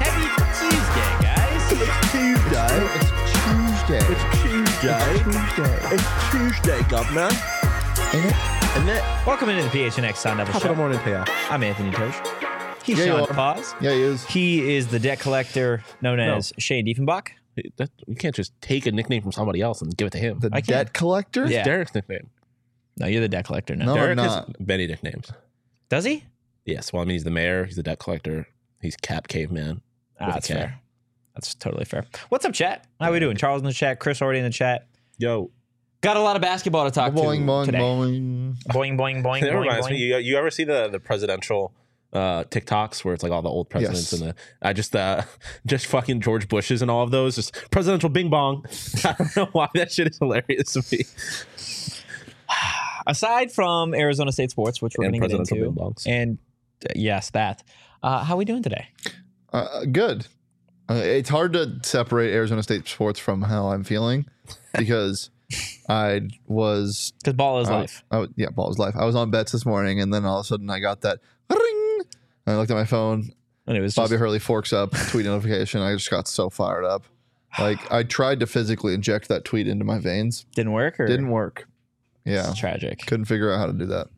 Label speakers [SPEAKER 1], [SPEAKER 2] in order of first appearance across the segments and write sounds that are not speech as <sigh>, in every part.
[SPEAKER 1] Happy Tuesday, guys.
[SPEAKER 2] It's Tuesday. It's Tuesday.
[SPEAKER 1] It's Tuesday.
[SPEAKER 2] Tuesday.
[SPEAKER 1] It's Tuesday, Governor.
[SPEAKER 2] Isn't it? Isn't it?
[SPEAKER 1] Welcome into the PHNX Sound Double
[SPEAKER 2] Top of
[SPEAKER 1] Show.
[SPEAKER 2] the morning, PR.
[SPEAKER 1] I'm Anthony Tosh. He's
[SPEAKER 2] Yeah, you
[SPEAKER 1] Sean
[SPEAKER 2] are.
[SPEAKER 1] Paz.
[SPEAKER 2] Yeah, he is.
[SPEAKER 1] He is the debt collector known as Shane Diefenbach.
[SPEAKER 3] That, you can't just take a nickname from somebody else and give it to him.
[SPEAKER 2] The
[SPEAKER 1] I can't-
[SPEAKER 2] debt collector?
[SPEAKER 1] Yeah.
[SPEAKER 3] Derek's nickname.
[SPEAKER 1] No, you're the debt collector now.
[SPEAKER 2] No, I'm
[SPEAKER 3] Derek has
[SPEAKER 2] not.
[SPEAKER 3] many nicknames.
[SPEAKER 1] Does he?
[SPEAKER 3] Yes. Well, I mean, he's the mayor. He's the debt collector. He's Cap Caveman.
[SPEAKER 1] Ah,
[SPEAKER 3] With a
[SPEAKER 1] that's
[SPEAKER 3] K.
[SPEAKER 1] fair. That's totally fair. What's up, chat? How we doing? Charles in the chat. Chris already in the chat.
[SPEAKER 3] Yo,
[SPEAKER 1] Got a lot of basketball to talk
[SPEAKER 2] Boing,
[SPEAKER 1] to
[SPEAKER 2] boing,
[SPEAKER 1] today.
[SPEAKER 2] boing.
[SPEAKER 1] Boing, boing, boing,
[SPEAKER 3] that
[SPEAKER 1] boing,
[SPEAKER 3] reminds me.
[SPEAKER 1] boing.
[SPEAKER 3] You, you ever see the the presidential uh, TikToks where it's like all the old presidents
[SPEAKER 2] Yes.
[SPEAKER 3] and the I just uh, <laughs> just fucking George Bush's and all of those just presidential bing bong. <laughs> I don't know why that shit is hilarious to me.
[SPEAKER 1] Aside from Arizona State sports, which we're
[SPEAKER 3] And
[SPEAKER 1] going to get
[SPEAKER 3] presidential
[SPEAKER 1] into,
[SPEAKER 3] bing bongs.
[SPEAKER 1] and uh, yes, that. Uh, how we doing today?
[SPEAKER 2] Uh, good. Uh, it's hard to separate Arizona State sports from how
[SPEAKER 1] <laughs>
[SPEAKER 2] I'm feeling because I was.
[SPEAKER 1] Because ball is
[SPEAKER 2] I-
[SPEAKER 1] life.
[SPEAKER 2] I was- yeah, ball was life. I was on bets this morning, and then all of a sudden I got that ring. And I looked at my phone.
[SPEAKER 1] And it was just
[SPEAKER 2] Bobby Hurley forks up tweet notification. I just got so fired up. Like I tried to physically inject that tweet into my veins.
[SPEAKER 1] didn't work or
[SPEAKER 2] Didn't work. Yeah,
[SPEAKER 1] It's tragic.
[SPEAKER 2] couldn't figure out how to do that.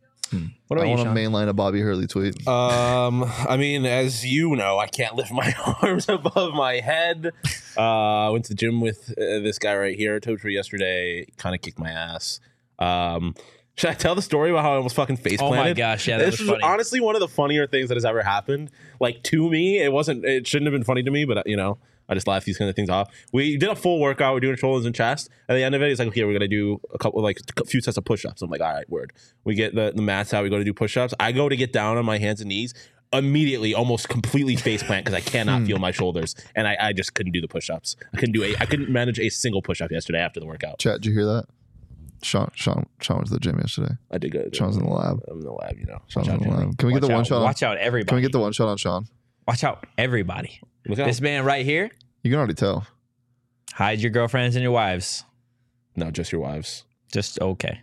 [SPEAKER 1] What about
[SPEAKER 2] I
[SPEAKER 1] you,
[SPEAKER 2] want to
[SPEAKER 1] Sean?
[SPEAKER 2] mainline a Bobby Hurley tweet.
[SPEAKER 3] Um, I mean, as you know, I can't lift my <laughs> arms above my head. Uh, I went to the gym with uh, this guy right here, Totri, yesterday. Kind of kicked my ass. Um, should I tell the story about how I almost fucking face
[SPEAKER 1] Oh my
[SPEAKER 3] planted?
[SPEAKER 1] gosh, yeah, that
[SPEAKER 3] this
[SPEAKER 1] was
[SPEAKER 3] was
[SPEAKER 1] funny.
[SPEAKER 3] honestly one of the funnier things that has ever happened. Like to me, it wasn't. It shouldn't have been funny to me, but uh, you know, I just laugh these kind of things off. We did a full workout. We're doing shoulders and chest. At the end of it, he's like, "Okay, we're gonna do a couple, like a few sets of push-ups." I'm like, "All right, word." We get the the mats out. We go to do push-ups. I go to get down on my hands and knees. Immediately, almost completely face plant because I cannot
[SPEAKER 2] Hmm.
[SPEAKER 3] feel my shoulders, and I, I just couldn't do the push-ups. I couldn't do a. I couldn't manage a single push-up yesterday after the workout.
[SPEAKER 2] Chat, did you hear that? Sean, Sean, Sean was at the gym yesterday.
[SPEAKER 3] I did good.
[SPEAKER 2] Sean's in the lab.
[SPEAKER 3] I'm in the lab, you know.
[SPEAKER 2] Sean's
[SPEAKER 3] Watch
[SPEAKER 2] in the
[SPEAKER 3] out, Jimmy.
[SPEAKER 2] lab. Can we
[SPEAKER 1] Watch
[SPEAKER 2] get the one
[SPEAKER 1] out.
[SPEAKER 2] shot? On,
[SPEAKER 1] Watch out, everybody.
[SPEAKER 2] can we get the one shot on Sean?
[SPEAKER 1] Watch out, everybody.
[SPEAKER 3] Look out.
[SPEAKER 1] This man right here,
[SPEAKER 2] You can already tell.
[SPEAKER 1] hide your girlfriends and your wives.
[SPEAKER 3] No, just your wives.
[SPEAKER 1] Just okay.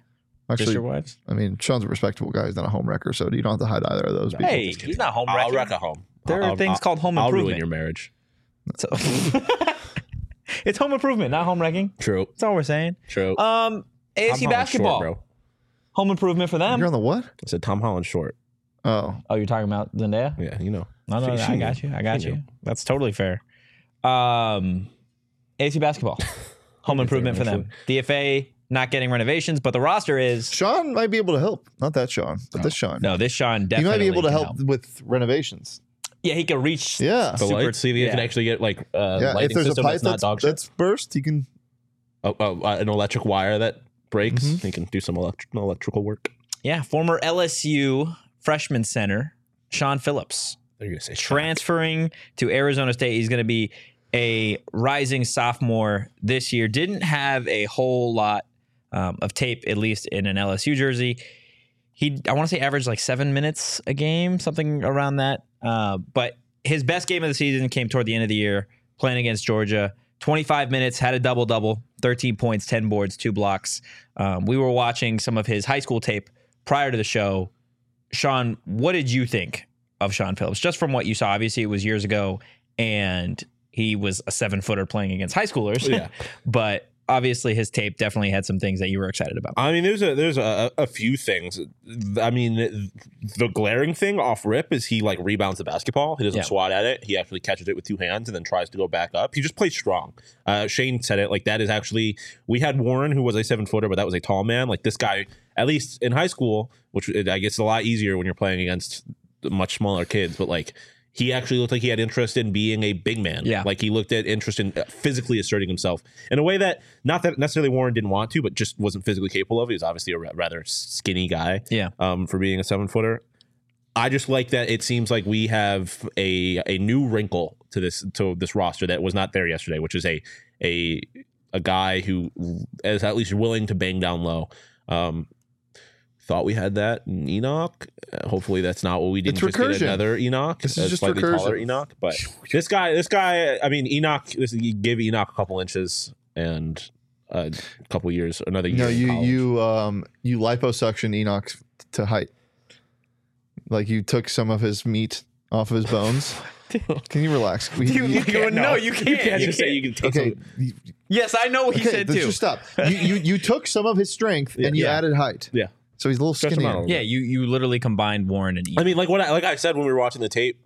[SPEAKER 1] Just
[SPEAKER 2] Actually,
[SPEAKER 1] your wives.
[SPEAKER 2] I mean, Sean's a respectable guy. He's not a home wrecker, so you don't have to hide either of those. people.
[SPEAKER 1] Hey, he's not home
[SPEAKER 3] I'll
[SPEAKER 1] wrecking.
[SPEAKER 3] wreck a home.
[SPEAKER 1] There are
[SPEAKER 3] I'll-
[SPEAKER 1] things
[SPEAKER 3] I'll-
[SPEAKER 1] called home
[SPEAKER 3] I'll ruin
[SPEAKER 1] improvement.
[SPEAKER 3] your marriage.
[SPEAKER 1] So- <laughs> it's home improvement, not home wrecking.
[SPEAKER 3] True.
[SPEAKER 1] That's all we're saying.
[SPEAKER 3] True.
[SPEAKER 1] Um, ASU basketball, home improvement for them.
[SPEAKER 2] you're on the what?
[SPEAKER 3] I said Tom Holland short.
[SPEAKER 2] Oh,
[SPEAKER 1] oh, you're talking about Zendaya?
[SPEAKER 3] Yeah, you know.
[SPEAKER 1] No, no,
[SPEAKER 3] She-
[SPEAKER 1] no,
[SPEAKER 3] she
[SPEAKER 1] I got
[SPEAKER 3] knew.
[SPEAKER 1] you. I got
[SPEAKER 3] She
[SPEAKER 1] you.
[SPEAKER 3] knew.
[SPEAKER 1] That's totally fair. Um, ASU
[SPEAKER 2] <laughs>
[SPEAKER 1] basketball, home improvement for them. DFA not getting renovations, but the roster is
[SPEAKER 2] Sean might be able to help. Not that Sean, but this Sean.
[SPEAKER 1] no. This Sean
[SPEAKER 2] he
[SPEAKER 1] definitely
[SPEAKER 2] might be able to
[SPEAKER 1] can
[SPEAKER 2] help, with renovations.
[SPEAKER 1] Yeah, he could reach.
[SPEAKER 2] Yeah.
[SPEAKER 3] The
[SPEAKER 1] Super-
[SPEAKER 3] lights. See, they
[SPEAKER 1] yeah.
[SPEAKER 3] can actually get like uh,
[SPEAKER 2] yeah, if
[SPEAKER 3] lighting
[SPEAKER 2] there's
[SPEAKER 3] system
[SPEAKER 2] a pipe
[SPEAKER 3] that's not
[SPEAKER 2] that's,
[SPEAKER 3] dog
[SPEAKER 2] that's,
[SPEAKER 3] shit.
[SPEAKER 2] burst, you can.
[SPEAKER 3] Oh, oh, uh, an electric wire that breaks. You can do some electric electrical work.
[SPEAKER 1] Yeah, former LSU freshman center Sean Phillips
[SPEAKER 3] They're gonna say Shaq.
[SPEAKER 1] transferring to Arizona State. He's going to be a rising sophomore this year. Didn't have a whole lot um, of tape, at least in an LSU jersey. He, I want to say, averaged like seven minutes a game, something around that. Uh, but his best game of the season came toward the end of the year, playing against Georgia. 25 minutes, had a double double, 13 points, 10 boards, two blocks. Um, we were watching some of his high school tape prior to the show. Sean, what did you think of Sean Phillips? Just from what you saw, obviously it was years ago, and he was a seven footer playing against high schoolers.
[SPEAKER 3] Yeah.
[SPEAKER 1] <laughs> but obviously his tape definitely had some things that you were excited about.
[SPEAKER 3] I mean, there's a there's a, a few things. I mean, the glaring thing off rip is he like rebounds the basketball. He doesn't
[SPEAKER 1] Yeah.
[SPEAKER 3] swat at it. He actually catches it with two hands and then tries to go back up. He just plays strong. Uh, Shane said it like that is actually we had Warren who was a seven footer, but that was a tall man. Like this guy, at least in high school, which it- I guess is a lot easier when you're playing against much smaller kids. But like he actually looked like he had interest in being a big man.
[SPEAKER 1] Yeah.
[SPEAKER 3] like he looked at interest in uh, physically asserting himself in a way that not that necessarily Warren didn't want to, but just wasn't physically capable of. He was obviously a ra- rather skinny guy.
[SPEAKER 1] Yeah.
[SPEAKER 3] um, for being a seven footer. I just like that it seems like we have a a new wrinkle to this to this roster that was not there yesterday, which is a a a guy who is at least willing to bang down low. Um, thought we had that in Enoch. Uh, hopefully that's not what we did.
[SPEAKER 2] It's
[SPEAKER 3] just get
[SPEAKER 2] recursion.
[SPEAKER 3] another Enoch.
[SPEAKER 2] This
[SPEAKER 3] a
[SPEAKER 2] is just
[SPEAKER 3] slightly
[SPEAKER 2] recursion.
[SPEAKER 3] taller Enoch, but this guy, this guy. I mean, Enoch. This you give Enoch a couple inches and a couple years, another year.
[SPEAKER 2] No,
[SPEAKER 3] in
[SPEAKER 2] you
[SPEAKER 3] college.
[SPEAKER 2] you um you liposuction Enoch to height. Like you took some of his meat off of his
[SPEAKER 3] <laughs>
[SPEAKER 2] bones. Can you relax? We- you-
[SPEAKER 1] can't, no, you can't.
[SPEAKER 3] You can't
[SPEAKER 1] You
[SPEAKER 3] just say
[SPEAKER 1] can't.
[SPEAKER 3] you can take
[SPEAKER 2] okay,
[SPEAKER 3] some-
[SPEAKER 2] you-
[SPEAKER 1] Yes, I know what he
[SPEAKER 2] okay,
[SPEAKER 1] said
[SPEAKER 2] let's
[SPEAKER 1] too.
[SPEAKER 2] just
[SPEAKER 3] <laughs>
[SPEAKER 2] stop. You, you you took some of his strength and you
[SPEAKER 3] Yeah.
[SPEAKER 2] added height.
[SPEAKER 3] Yeah.
[SPEAKER 2] So he's a little
[SPEAKER 3] Stretch him out a
[SPEAKER 2] skinnier.
[SPEAKER 3] little
[SPEAKER 1] yeah, you you literally combined Warren and
[SPEAKER 3] I
[SPEAKER 1] Enoch.
[SPEAKER 3] mean, like what I, like I said when we were watching the tape,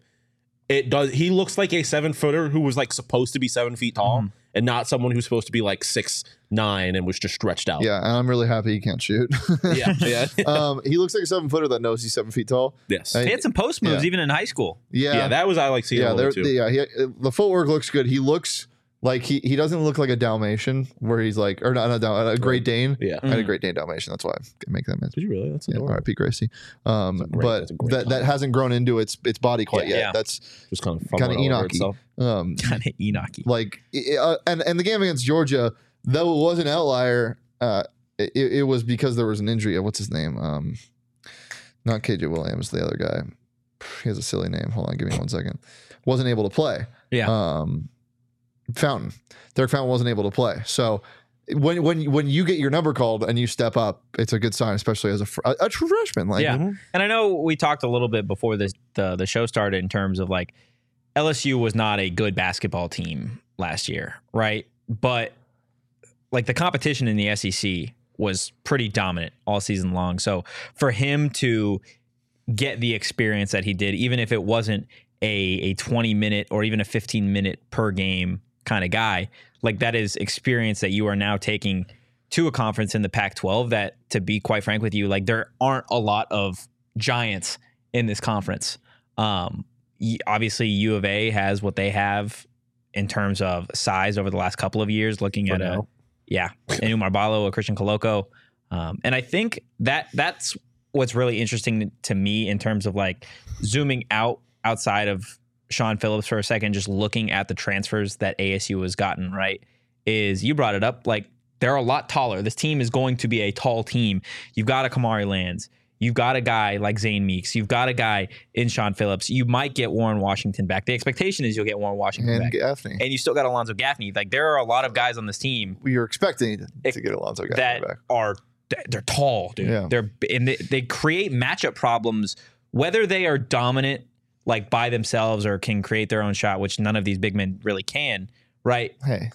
[SPEAKER 3] it does. He looks like a seven footer who was like supposed to be seven feet tall, and not someone who's supposed to be like six nine and was just stretched out.
[SPEAKER 2] Yeah, and I'm really happy he can't shoot.
[SPEAKER 3] <laughs>
[SPEAKER 2] <laughs>
[SPEAKER 3] yeah, yeah.
[SPEAKER 2] um, he looks like a seven footer that knows he's seven feet tall.
[SPEAKER 3] yes.
[SPEAKER 2] I-
[SPEAKER 1] He had some post moves
[SPEAKER 2] yeah.
[SPEAKER 1] even in high school.
[SPEAKER 2] Yeah,
[SPEAKER 3] yeah, that was I like seeing
[SPEAKER 2] yeah,
[SPEAKER 3] a little
[SPEAKER 2] there,
[SPEAKER 3] too.
[SPEAKER 2] yeah. He, the footwork looks good. He looks like he he doesn't look like a Dalmatian where he's like or not, not a Dal- a Great Dane.
[SPEAKER 3] yeah.
[SPEAKER 1] Mm.
[SPEAKER 2] I had
[SPEAKER 1] <laughs>
[SPEAKER 2] a Great Dane Dalmatian. That's why I can make that.
[SPEAKER 3] Did you really? That's
[SPEAKER 2] uh, Yeah,
[SPEAKER 3] Mm. adorable.
[SPEAKER 2] R.I.P. Gracie. Um,
[SPEAKER 3] That's a great-
[SPEAKER 2] but
[SPEAKER 3] that's a great
[SPEAKER 2] that, that
[SPEAKER 3] title.
[SPEAKER 2] hasn't grown into its its body quite
[SPEAKER 1] Yeah.
[SPEAKER 2] yet.
[SPEAKER 1] Yeah.
[SPEAKER 2] That's
[SPEAKER 3] Just kind of
[SPEAKER 2] kind of
[SPEAKER 3] fumbling all over
[SPEAKER 2] Enoch.
[SPEAKER 3] itself.
[SPEAKER 2] Um,
[SPEAKER 1] Kind of Enoch.
[SPEAKER 2] like i- uh, and and the game against Georgia, though it was an outlier, uh, it, it was because there was an injury. Uh, What's his name? Um, not KJ Williams, the other guy. He has a silly name. Hold on, give me one second. Wasn't able to play.
[SPEAKER 1] Yeah.
[SPEAKER 2] Um, Fountain, Derek Fountain wasn't able to play. So when when when you get your number called and you step up, it's a good sign, especially as a fr- a, a true freshman. Like
[SPEAKER 1] yeah. And I know we talked a little bit before this the the show started in terms of like LSU was not a good basketball team last year, right? But like the competition in the SEC was pretty dominant all season long. So for him to get the experience that he did, even if it wasn't a a 20 minute or even a 15 minute per game kind of guy, like that is experience that you are now taking to a conference in the Pac 12 that, to be quite frank with you, like there aren't a lot of giants in this conference. Um, y- obviously, U of A has what they have in terms of size over the last couple of years, looking
[SPEAKER 3] For
[SPEAKER 1] at a,
[SPEAKER 3] now.
[SPEAKER 1] yeah, an Umarbalo, a Christian Coloco. Um, and I think that that's what's really interesting to me in terms of like zooming out outside of Sean Phillips for a second, just looking at the transfers that ASU has gotten, right? Is you brought it up, like they're a lot taller. This team is going to be a tall team. You've got a Kamari Lands. You've got a guy like Zane Meeks. You've got a guy in Sean Phillips. You might get Warren Washington back. The expectation is you'll get Warren Washington
[SPEAKER 2] and
[SPEAKER 1] back.
[SPEAKER 2] Gaffney,
[SPEAKER 1] and you still got Alonzo Gaffney. Like there are a lot of guys on this team
[SPEAKER 2] we were expecting to,
[SPEAKER 1] It-
[SPEAKER 2] to get Alonzo Gaffney
[SPEAKER 1] that
[SPEAKER 2] back.
[SPEAKER 1] are they're tall, dude.
[SPEAKER 2] Yeah.
[SPEAKER 1] They're and they, they create matchup problems whether they are dominant like by themselves or can create their own shot, which none of these big men really can, right?
[SPEAKER 2] Hey,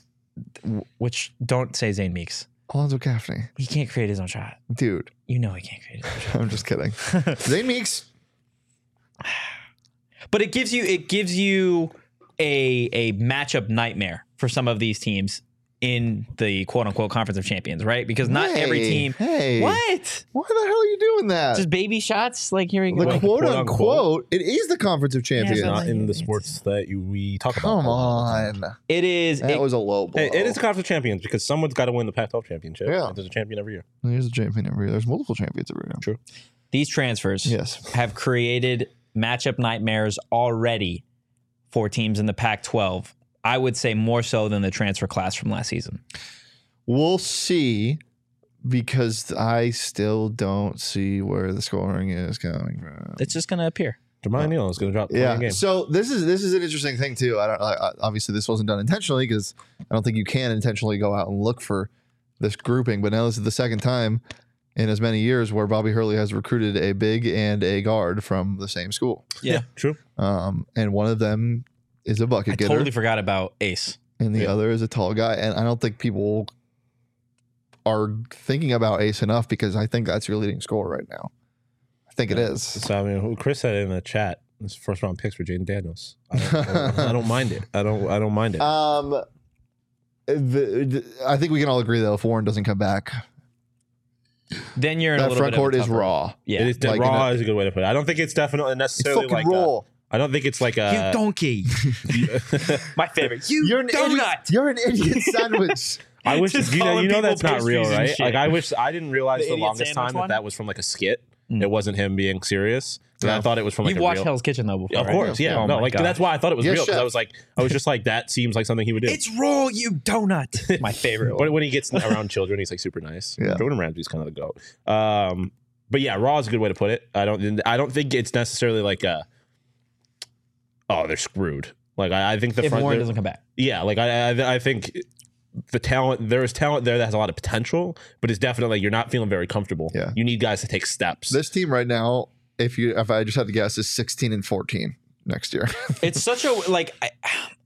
[SPEAKER 1] W- Which don't say Zane Meeks.
[SPEAKER 2] Alonzo Gaffney,
[SPEAKER 1] He can't create his own shot.
[SPEAKER 2] dude.
[SPEAKER 1] You know he can't create his own shot.
[SPEAKER 2] <laughs> I'm just
[SPEAKER 1] <laughs>
[SPEAKER 2] kidding. Zane Meeks,
[SPEAKER 1] But it gives you it gives you a a matchup nightmare for some of these teams in the quote unquote conference of champions, right? Because not every
[SPEAKER 2] Hey,
[SPEAKER 1] team
[SPEAKER 2] Hey,
[SPEAKER 1] What?
[SPEAKER 2] Why the hell are you doing that?
[SPEAKER 1] Just baby shots? Like here we
[SPEAKER 2] the
[SPEAKER 1] go.
[SPEAKER 2] quote,
[SPEAKER 3] quote
[SPEAKER 2] unquote,
[SPEAKER 3] unquote.
[SPEAKER 2] it is the Conference of Champions.
[SPEAKER 3] It's
[SPEAKER 1] Yeah,
[SPEAKER 3] not in the
[SPEAKER 1] it's-
[SPEAKER 3] sports that you, we talk about.
[SPEAKER 2] Come on,
[SPEAKER 1] It is
[SPEAKER 2] that
[SPEAKER 1] it-
[SPEAKER 2] was a low blow.
[SPEAKER 3] Hey, it is a conference of champions because someone's got to win the Pac-12 championship.
[SPEAKER 2] Yeah.
[SPEAKER 3] there's a champion every year.
[SPEAKER 2] There's a champion every year. There's multiple champions every year.
[SPEAKER 3] True.
[SPEAKER 1] these transfers
[SPEAKER 2] Yes.
[SPEAKER 1] have created matchup nightmares already for teams in the Pac 12. I would say more so than the transfer class from last season.
[SPEAKER 2] We'll see, because I still don't see where the scoring is coming from.
[SPEAKER 1] It's just going to appear.
[SPEAKER 3] Jermaine Neal is going to drop.
[SPEAKER 2] Yeah.
[SPEAKER 3] Game.
[SPEAKER 2] So this is this is an interesting thing too. I don't. I, I- obviously, this wasn't done intentionally because I don't think you can intentionally go out and look for this grouping. But now this is the second time in as many years where Bobby Hurley has recruited a big and a guard from the same school,
[SPEAKER 3] <laughs> True.
[SPEAKER 2] um, and one of them is a bucket
[SPEAKER 1] I
[SPEAKER 2] getter,
[SPEAKER 1] totally forgot about Ace.
[SPEAKER 2] and the
[SPEAKER 3] yeah.
[SPEAKER 2] other is a tall guy. And I don't think people are thinking about Ace enough because I think that's your leading scorer right now. I think it is.
[SPEAKER 3] So I mean, who Chris said in the chat, this first round picks for Jaden Daniels. I don't, I don't- I don't mind it. I don't. I don't mind
[SPEAKER 1] Uh,
[SPEAKER 3] it.
[SPEAKER 2] Um, the, I think we can all agree though, if Warren doesn't come back,
[SPEAKER 1] Then you're in a
[SPEAKER 2] that
[SPEAKER 1] little
[SPEAKER 2] front
[SPEAKER 1] bit of a
[SPEAKER 2] court is
[SPEAKER 1] tougher-
[SPEAKER 2] raw.
[SPEAKER 3] it
[SPEAKER 1] Yeah,
[SPEAKER 3] is
[SPEAKER 2] like in
[SPEAKER 3] raw
[SPEAKER 2] a-
[SPEAKER 3] is a good way to put it. I don't think it's definitely
[SPEAKER 2] It's
[SPEAKER 3] necessarily
[SPEAKER 2] fucking
[SPEAKER 3] like. A,
[SPEAKER 2] raw.
[SPEAKER 3] I don't think it's like a.
[SPEAKER 1] you
[SPEAKER 3] <laughs>
[SPEAKER 1] donkey. <laughs> My favorite. You
[SPEAKER 2] You're an idiot.
[SPEAKER 1] donut.
[SPEAKER 2] You're an
[SPEAKER 1] <laughs>
[SPEAKER 2] idiot sandwich.
[SPEAKER 3] I wish
[SPEAKER 1] Just
[SPEAKER 3] you know,
[SPEAKER 1] calling
[SPEAKER 3] you know
[SPEAKER 1] people
[SPEAKER 3] that's not real,
[SPEAKER 1] pastries and
[SPEAKER 3] right?
[SPEAKER 1] shit.
[SPEAKER 3] Like I wish I didn't realize
[SPEAKER 1] The
[SPEAKER 3] the,
[SPEAKER 1] idiot
[SPEAKER 3] longest
[SPEAKER 1] sandwich
[SPEAKER 3] time
[SPEAKER 1] one?
[SPEAKER 3] that that was from like a skit.
[SPEAKER 1] Mm.
[SPEAKER 3] It wasn't him being serious. And I
[SPEAKER 2] No.
[SPEAKER 3] thought it was from like
[SPEAKER 1] You've
[SPEAKER 3] a
[SPEAKER 1] watched
[SPEAKER 3] real.
[SPEAKER 1] Hell's Kitchen though before.
[SPEAKER 3] Of
[SPEAKER 1] right?
[SPEAKER 3] course, yeah.
[SPEAKER 1] Oh
[SPEAKER 3] no,
[SPEAKER 1] my
[SPEAKER 3] like
[SPEAKER 1] God.
[SPEAKER 3] that's why I thought it was
[SPEAKER 2] Yes,
[SPEAKER 3] real because
[SPEAKER 2] chef.
[SPEAKER 3] I was like, I was just like, that seems like something he would do.
[SPEAKER 1] It's raw, you
[SPEAKER 3] <laughs>
[SPEAKER 1] donut. My favorite.
[SPEAKER 3] But when he gets around children, he's like super nice.
[SPEAKER 2] Yeah.
[SPEAKER 3] Jordan Ramsey's kind of the goat. Um, but yeah, Raw is a good way to put it. I don't. I don't think it's necessarily like a. Oh, they're screwed. Like I, I think the
[SPEAKER 1] if
[SPEAKER 3] front.
[SPEAKER 1] Warren
[SPEAKER 3] they're-
[SPEAKER 1] doesn't come back,
[SPEAKER 3] yeah, like I, I, I think the talent there is talent there that has a lot of potential, but it's definitely you're not feeling very comfortable.
[SPEAKER 2] Yeah.
[SPEAKER 3] you need guys to take steps.
[SPEAKER 2] This team right now, if you if I just had to guess, is 16 and 14 next year. <laughs>
[SPEAKER 1] it's such a like. I,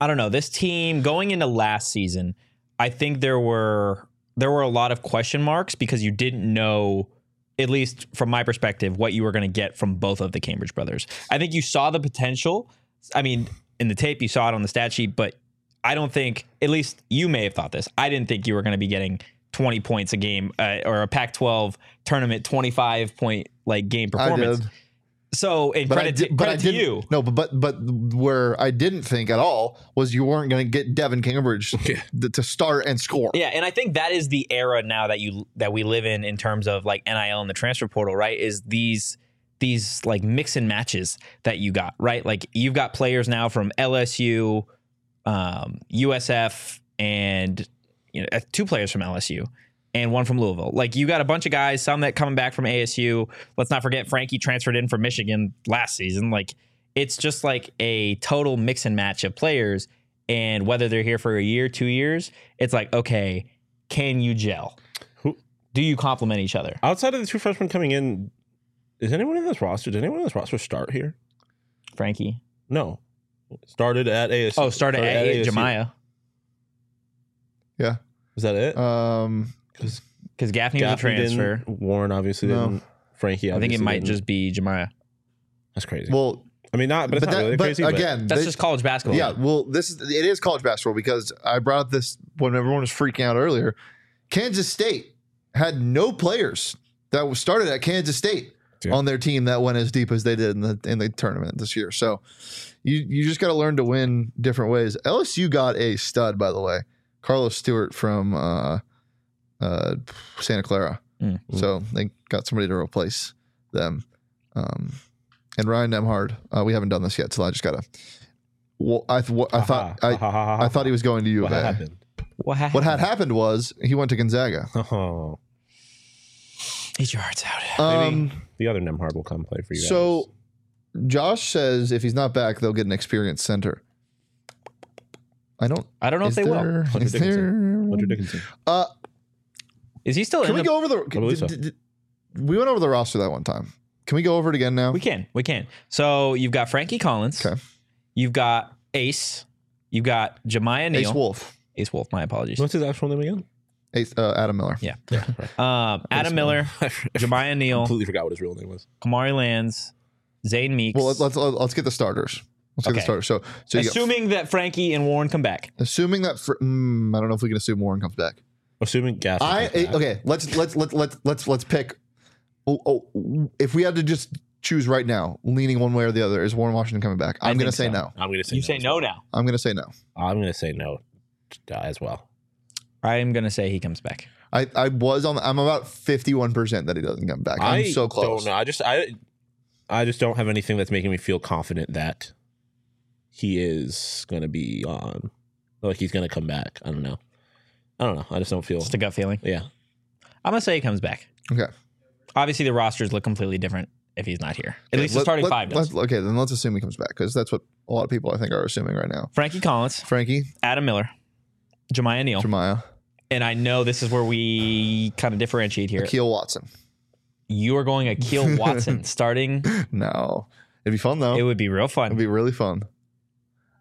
[SPEAKER 1] I don't know. This team going into last season, I think there were there were a lot of question marks because you didn't know, at least from my perspective, what you were going to get from both of the Cambridge brothers. I think you saw the potential. I mean, in the tape, you saw it on the stat sheet, but I don't think, at least you may have thought this. I didn't think you were going to be getting 20 points a game uh, or a Pac-12 tournament 25 point like game
[SPEAKER 2] I
[SPEAKER 1] performance.
[SPEAKER 2] did,
[SPEAKER 1] So, and
[SPEAKER 2] but I
[SPEAKER 1] credit,
[SPEAKER 2] did,
[SPEAKER 1] to,
[SPEAKER 2] but I
[SPEAKER 1] credit to
[SPEAKER 2] didn't.
[SPEAKER 1] you.
[SPEAKER 2] No, but but but where I didn't think at all was you weren't going to get Devin Cambridge
[SPEAKER 1] <laughs>
[SPEAKER 2] th- to start and score.
[SPEAKER 1] Yeah, and I think that is the era now that you that we live in in terms of like NIL and the transfer portal, right? Is these these like mix and matches that you got, right? Like you've got players now from LSU, um, USF, and you know uh, two players from LSU and one from Louisville. Like you got a bunch of guys, some that coming back from ASU. Let's not forget Frankie transferred in from Michigan last season. Like it's just like a total mix and match of players. And whether they're here for a year, two years, it's like, okay, can you gel?
[SPEAKER 3] Who-
[SPEAKER 1] Do you complement each other?
[SPEAKER 3] Outside of the two freshmen coming in, is anyone in this roster? Did anyone in this roster start here?
[SPEAKER 1] Frankie.
[SPEAKER 3] No, started at ASU.
[SPEAKER 1] Oh, started at,
[SPEAKER 3] ASU.
[SPEAKER 1] Jemiah
[SPEAKER 3] Is that it?
[SPEAKER 2] Um,
[SPEAKER 3] Because
[SPEAKER 1] because Gaffney, was a transfer.
[SPEAKER 3] Warren obviously
[SPEAKER 2] No.
[SPEAKER 3] didn't. Frankie,
[SPEAKER 1] I think
[SPEAKER 3] obviously
[SPEAKER 1] it might
[SPEAKER 3] didn't.
[SPEAKER 1] just be Jemiah.
[SPEAKER 3] that's crazy.
[SPEAKER 2] well,
[SPEAKER 3] I mean, not, but
[SPEAKER 2] but,
[SPEAKER 3] it's not
[SPEAKER 2] that,
[SPEAKER 3] really
[SPEAKER 2] but
[SPEAKER 3] crazy. but-
[SPEAKER 2] again,
[SPEAKER 1] That's
[SPEAKER 2] they-
[SPEAKER 1] just college basketball.
[SPEAKER 2] yeah. Well, this is it is college basketball because I brought up this when everyone was freaking out earlier. Kansas State had no players that was started at Kansas State
[SPEAKER 3] Yeah.
[SPEAKER 2] on their team that went as deep as they did in the in the tournament this year. So you you just got to learn to win different ways. LSU got a stud by the way, Carlos Stewart from uh, uh, Santa Clara.
[SPEAKER 1] Mm.
[SPEAKER 2] So they got somebody to replace them. Um, and Ryan Nemhard, uh, we haven't done this yet, so I just gotta. Well, I th- wha- I
[SPEAKER 3] Ha,
[SPEAKER 2] thought
[SPEAKER 3] ha,
[SPEAKER 2] I,
[SPEAKER 3] ha, ha, ha,
[SPEAKER 2] I thought he was going to U
[SPEAKER 3] Uh-huh. what
[SPEAKER 2] of A.
[SPEAKER 3] happened.
[SPEAKER 1] What happened?
[SPEAKER 2] What had happened was he went to Gonzaga.
[SPEAKER 3] Oh,
[SPEAKER 1] Eat your hearts out.
[SPEAKER 2] Um,
[SPEAKER 3] the other Nemhard will come play for you.
[SPEAKER 2] so Josh says if he's not back, they'll get an experienced center. I don't.
[SPEAKER 1] I don't know
[SPEAKER 2] is
[SPEAKER 1] if they
[SPEAKER 2] there-
[SPEAKER 1] will.
[SPEAKER 3] Hunter
[SPEAKER 2] is
[SPEAKER 3] Dickinson.
[SPEAKER 2] there-
[SPEAKER 3] guys.
[SPEAKER 1] <laughs>
[SPEAKER 3] Hunter Dickinson.
[SPEAKER 2] Uh,
[SPEAKER 1] Is he still
[SPEAKER 2] can
[SPEAKER 1] in
[SPEAKER 2] we
[SPEAKER 1] the-
[SPEAKER 2] go over the?
[SPEAKER 3] believe so.
[SPEAKER 2] d- d- d- we went over the roster that one time. Can we go over it again now?
[SPEAKER 1] We can. We can. So you've got Frankie Collins.
[SPEAKER 2] Okay.
[SPEAKER 1] You've got Ace. You've got Jemiah Neal.
[SPEAKER 2] Ace Wolf,
[SPEAKER 1] Ace Wolf, my apologies.
[SPEAKER 3] What's his actual
[SPEAKER 1] <laughs>
[SPEAKER 3] name again?
[SPEAKER 2] Ace, uh, Adam Miller.
[SPEAKER 1] Yeah. Um, Adam Miller,
[SPEAKER 2] <laughs>
[SPEAKER 1] Jemiah Neal,
[SPEAKER 3] Completely forgot what his real name was.
[SPEAKER 1] Kamari Lands, Zane Meeks.
[SPEAKER 2] Well, let's let's, let's get the starters. Let's get
[SPEAKER 1] Okay.
[SPEAKER 2] the starters. So, so you got-
[SPEAKER 1] assuming that Frankie and Warren come back.
[SPEAKER 2] assuming that fr- mm, I don't know if we can assume Warren comes back.
[SPEAKER 3] Assuming Gas.
[SPEAKER 2] I eh, okay. Let's let's let's let's let's let's pick. Oh, oh, if we had to just choose right now, leaning one way or the other, is Warren Washington coming back?
[SPEAKER 1] I
[SPEAKER 2] I'm gonna
[SPEAKER 1] think
[SPEAKER 2] say
[SPEAKER 1] so.
[SPEAKER 2] no.
[SPEAKER 3] I'm gonna say
[SPEAKER 1] You
[SPEAKER 3] no
[SPEAKER 1] say
[SPEAKER 3] as
[SPEAKER 1] no
[SPEAKER 3] well.
[SPEAKER 1] now.
[SPEAKER 2] I'm gonna say no.
[SPEAKER 3] I'm gonna say no uh, as well.
[SPEAKER 1] I am going to say he comes back.
[SPEAKER 2] I, I was on. I'm about 51 percent that he doesn't come back. I'm
[SPEAKER 3] I
[SPEAKER 2] so close.
[SPEAKER 3] Don't know. I just I I just don't have anything that's making me feel confident that he is gonna be on. Like he's gonna come back. I don't know. I don't know. I just don't feel.
[SPEAKER 1] Just a gut feeling.
[SPEAKER 3] Yeah.
[SPEAKER 1] I'm going to say he comes back.
[SPEAKER 2] Okay.
[SPEAKER 1] Obviously, the rosters look completely different if he's not here. At least the
[SPEAKER 2] Let-
[SPEAKER 1] starting
[SPEAKER 2] let-
[SPEAKER 1] five does.
[SPEAKER 2] let's- okay, then let's assume he comes back because that's what a lot of people I think are assuming right now.
[SPEAKER 1] Frankie Collins,
[SPEAKER 2] Frankie,
[SPEAKER 1] Adam Miller, Jemiah Neal.
[SPEAKER 2] Jeremiah,
[SPEAKER 1] and I know this is where we kind of differentiate here.
[SPEAKER 2] Keel Watson.
[SPEAKER 1] You are going
[SPEAKER 2] <laughs>
[SPEAKER 1] Akil Watson starting.
[SPEAKER 2] No, it'd be fun though.
[SPEAKER 1] It would be real fun.
[SPEAKER 2] It'd be really fun.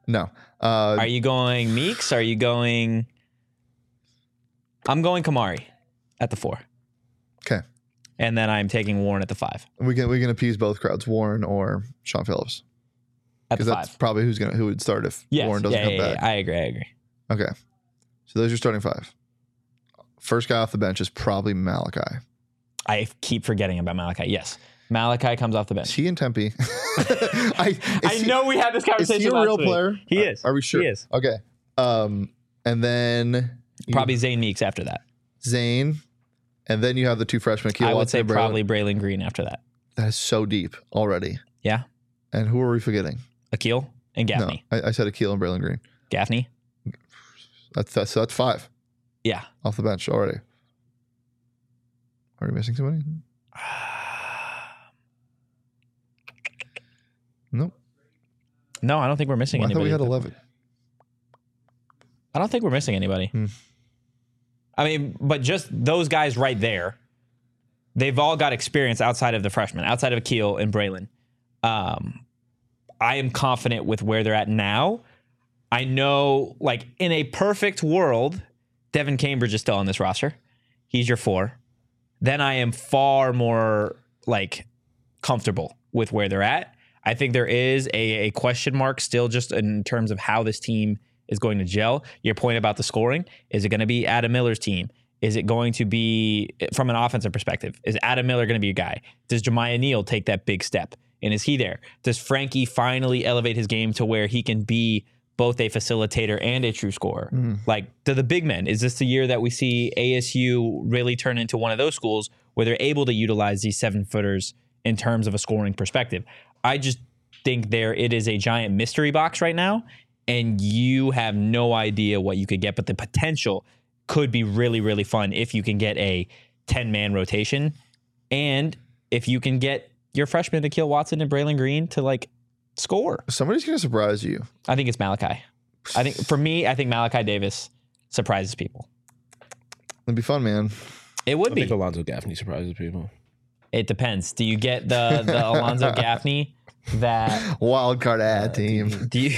[SPEAKER 2] No. Uh,
[SPEAKER 1] Are you going Meeks? Are you going? I'm going Kamari at the four,
[SPEAKER 2] okay.
[SPEAKER 1] and then I'm taking Warren at the five.
[SPEAKER 2] We can we can appease both crowds, Warren or Sean Phillips,
[SPEAKER 1] At the
[SPEAKER 2] because that's
[SPEAKER 1] five.
[SPEAKER 2] probably who's gonna who would start if
[SPEAKER 1] Yes.
[SPEAKER 2] Warren doesn't
[SPEAKER 1] yeah,
[SPEAKER 2] come
[SPEAKER 1] yeah,
[SPEAKER 2] back.
[SPEAKER 1] yeah. I agree. I agree.
[SPEAKER 2] Okay. So those are your starting five. First guy off the bench is probably Malachi.
[SPEAKER 1] I keep forgetting about Malachi. Yes, Malachi comes off the
[SPEAKER 2] Is
[SPEAKER 1] bench.
[SPEAKER 2] he in Tempe? <laughs> I,
[SPEAKER 1] <laughs> I
[SPEAKER 2] is he-
[SPEAKER 1] know we had this
[SPEAKER 2] Is
[SPEAKER 1] conversation.
[SPEAKER 2] he a
[SPEAKER 1] last
[SPEAKER 2] real
[SPEAKER 1] week.
[SPEAKER 2] player?
[SPEAKER 3] He
[SPEAKER 2] Uh,
[SPEAKER 3] is.
[SPEAKER 2] Are we sure?
[SPEAKER 3] He is.
[SPEAKER 2] Okay. Um, and then you-
[SPEAKER 1] Probably Zane Meeks after that.
[SPEAKER 2] Zane, and then you have the two freshmen. Keelan
[SPEAKER 1] I would
[SPEAKER 2] Watson
[SPEAKER 1] say
[SPEAKER 2] and Braylon.
[SPEAKER 1] probably Braylon Green after that.
[SPEAKER 2] that is so deep already.
[SPEAKER 1] Yeah,
[SPEAKER 2] And who are we forgetting?
[SPEAKER 1] Akil and Gaffney.
[SPEAKER 2] No, I, I said Akil and Braylon Green.
[SPEAKER 1] Gaffney.
[SPEAKER 2] That's that's so that's five
[SPEAKER 1] Yeah. <sighs>
[SPEAKER 2] off the bench already. Are we missing somebody? Nope.
[SPEAKER 1] No, I don't think we're missing
[SPEAKER 2] Well, I thought
[SPEAKER 1] anybody.
[SPEAKER 2] we had eleven.
[SPEAKER 1] I don't think we're missing anybody.
[SPEAKER 2] Hmm.
[SPEAKER 1] I mean, but just those guys right there, they've all got experience outside of the freshmen, outside of Akil and Braylon. Um, I am confident with where they're at now. I know, like, in a perfect world, Devin Cambridge is still on this roster. He's your four. Then I am far more, like, comfortable with where they're at. I think there is a, a question mark still just in terms of how this team is going to gel. Your point about the scoring is it going to be Adam Miller's team? Is it going to be from an offensive perspective? Is Adam Miller going to be your guy? Does Jemiah Neal take that big step? And is he there? Does Frankie finally elevate his game to where he can be both a facilitator and a true scorer?
[SPEAKER 2] Mm.
[SPEAKER 1] Like, to the big men, is this the year that we see ASU really turn into one of those schools where they're able to utilize these seven footers in terms of a scoring perspective. I just think there it is a giant mystery box right now, and you have no idea what you could get, but the potential could be really, really fun if you can get a 10 man rotation and if you can get your freshmen to kill Watson and Braylon Green to like score.
[SPEAKER 2] Somebody's gonna surprise you.
[SPEAKER 1] I think it's Malachi. I think for me, I think Malachi Davis surprises people.
[SPEAKER 2] It'd be
[SPEAKER 1] <laughs>
[SPEAKER 2] fun, man.
[SPEAKER 1] It would
[SPEAKER 3] I
[SPEAKER 1] be.
[SPEAKER 3] think Alonzo Gaffney surprises people.
[SPEAKER 1] It depends. Do you get the <laughs> the Alonzo Gaffney that
[SPEAKER 2] Wild card
[SPEAKER 1] Uh, <laughs>
[SPEAKER 2] ad team.
[SPEAKER 1] do you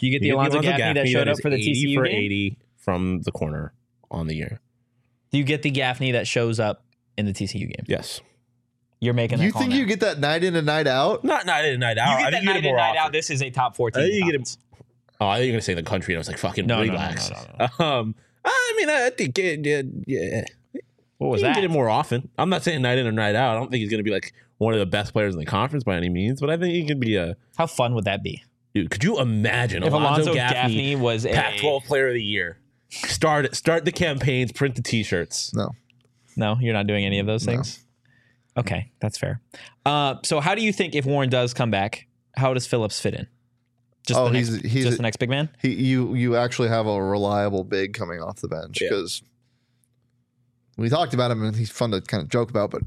[SPEAKER 1] you get the
[SPEAKER 3] You
[SPEAKER 1] Alonzo, Gaffney, that showed up
[SPEAKER 3] is
[SPEAKER 1] for the
[SPEAKER 3] 80
[SPEAKER 1] TCU
[SPEAKER 3] for
[SPEAKER 1] game?
[SPEAKER 3] 80 from the corner on the year.
[SPEAKER 1] Do you get the Gaffney that shows up in the TCU game?
[SPEAKER 3] Yes.
[SPEAKER 1] You're making that
[SPEAKER 2] You
[SPEAKER 1] call
[SPEAKER 2] think
[SPEAKER 1] now.
[SPEAKER 2] you get that night in and night out?
[SPEAKER 3] Not night in, night out.
[SPEAKER 1] You get
[SPEAKER 3] I
[SPEAKER 1] that
[SPEAKER 3] think
[SPEAKER 1] night in
[SPEAKER 3] it more
[SPEAKER 1] night out.
[SPEAKER 3] often.
[SPEAKER 1] This is a top four
[SPEAKER 3] I
[SPEAKER 1] team.
[SPEAKER 3] think you get it-
[SPEAKER 1] conference.
[SPEAKER 3] Oh, I think you're gonna say the country, and I was like, "Fucking
[SPEAKER 1] No, no, no,
[SPEAKER 3] relax."
[SPEAKER 1] no,
[SPEAKER 3] <laughs> Um, I mean, I think it, yeah, yeah.
[SPEAKER 1] What
[SPEAKER 3] You
[SPEAKER 1] was
[SPEAKER 3] can
[SPEAKER 1] that?
[SPEAKER 3] get it more often. I'm not saying night in or night out. I don't think he's gonna be like one of the best players in the conference by any means, but I think he could be a
[SPEAKER 1] How fun would that be
[SPEAKER 3] dude. Could you imagine
[SPEAKER 1] if Alonzo,
[SPEAKER 3] Alonzo,
[SPEAKER 1] Gaffney, was a
[SPEAKER 3] Pac-12 Player of the Year? Start start the campaigns, print the T-shirts.
[SPEAKER 2] No.
[SPEAKER 1] No, you're not doing any of those
[SPEAKER 2] No.
[SPEAKER 1] things. Okay, that's fair. Uh, so how do you think if Warren does come back, how does Phillips fit in? Just
[SPEAKER 2] Oh,
[SPEAKER 1] the next,
[SPEAKER 2] he's- he's-
[SPEAKER 1] just the next big man.
[SPEAKER 2] He, you you actually have a reliable big coming off the bench
[SPEAKER 3] Yeah.
[SPEAKER 2] because we talked about him and he's fun to kind of joke about, but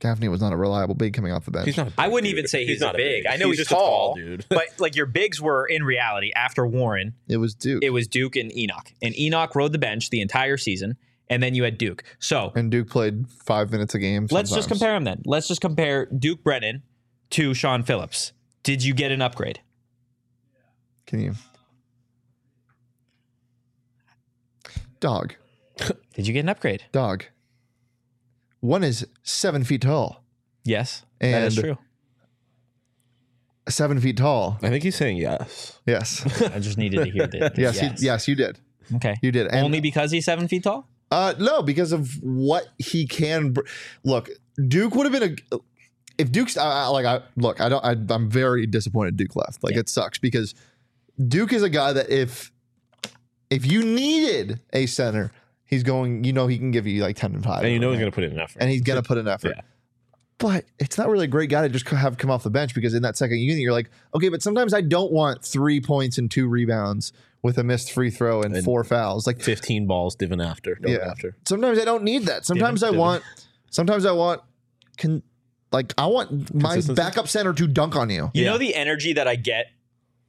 [SPEAKER 2] Gaffney was not a reliable big coming off the bench.
[SPEAKER 3] He's not. a
[SPEAKER 1] I wouldn't
[SPEAKER 3] dude.
[SPEAKER 1] even say he's,
[SPEAKER 3] not
[SPEAKER 1] a big. I know he's,
[SPEAKER 3] just a
[SPEAKER 1] tall,
[SPEAKER 3] dude.
[SPEAKER 1] <laughs> but like your bigs were in reality after Warren,
[SPEAKER 2] it was Duke,
[SPEAKER 1] it was Duke and Enoch, and Enoch rode the bench the entire season, and then you had Duke. So
[SPEAKER 2] and Duke played five minutes a game.
[SPEAKER 1] let's just
[SPEAKER 2] sometimes.
[SPEAKER 1] compare them then. Let's just compare Duke Brennan to Sean Phillips. Did you get an upgrade?
[SPEAKER 2] Can you? Dog,
[SPEAKER 1] Did you get an upgrade?
[SPEAKER 2] dog. One is seven feet tall.
[SPEAKER 1] Yes, that is <laughs>
[SPEAKER 2] And-
[SPEAKER 1] true.
[SPEAKER 2] Seven feet tall.
[SPEAKER 3] <laughs> I think he's saying yes.
[SPEAKER 2] Yes.
[SPEAKER 1] I just needed to hear that.
[SPEAKER 2] <laughs> Yes. Yes. You, yes you did.
[SPEAKER 1] Okay.
[SPEAKER 2] You did. And
[SPEAKER 1] Only because he's seven feet tall.
[SPEAKER 2] Uh, no, because of what he can br- look. Duke would have been a if Duke's I, I, like I look. I don't. I, I'm very disappointed Duke left. Like
[SPEAKER 1] Yeah.
[SPEAKER 2] it sucks because Duke is a guy that if if you needed a center, he's going. You know he can give you like ten and five,
[SPEAKER 3] And you know he's gonna put in an effort.
[SPEAKER 2] and he's gonna put an effort.
[SPEAKER 3] Yeah.
[SPEAKER 2] But it's not really a great guy to just have come off the bench because in that second unit you're like, okay, but sometimes I don't want three points and two rebounds with a missed free throw and,
[SPEAKER 3] And-
[SPEAKER 2] four fouls. Like
[SPEAKER 3] 15 balls divin after. Divin
[SPEAKER 2] Yeah.
[SPEAKER 3] after.
[SPEAKER 2] sometimes I don't need that. Sometimes I
[SPEAKER 3] Divin.
[SPEAKER 2] want, sometimes I want, can like I want my
[SPEAKER 3] Consistency.
[SPEAKER 2] backup center to dunk on you.
[SPEAKER 1] You
[SPEAKER 3] Yeah.
[SPEAKER 1] know the energy that I get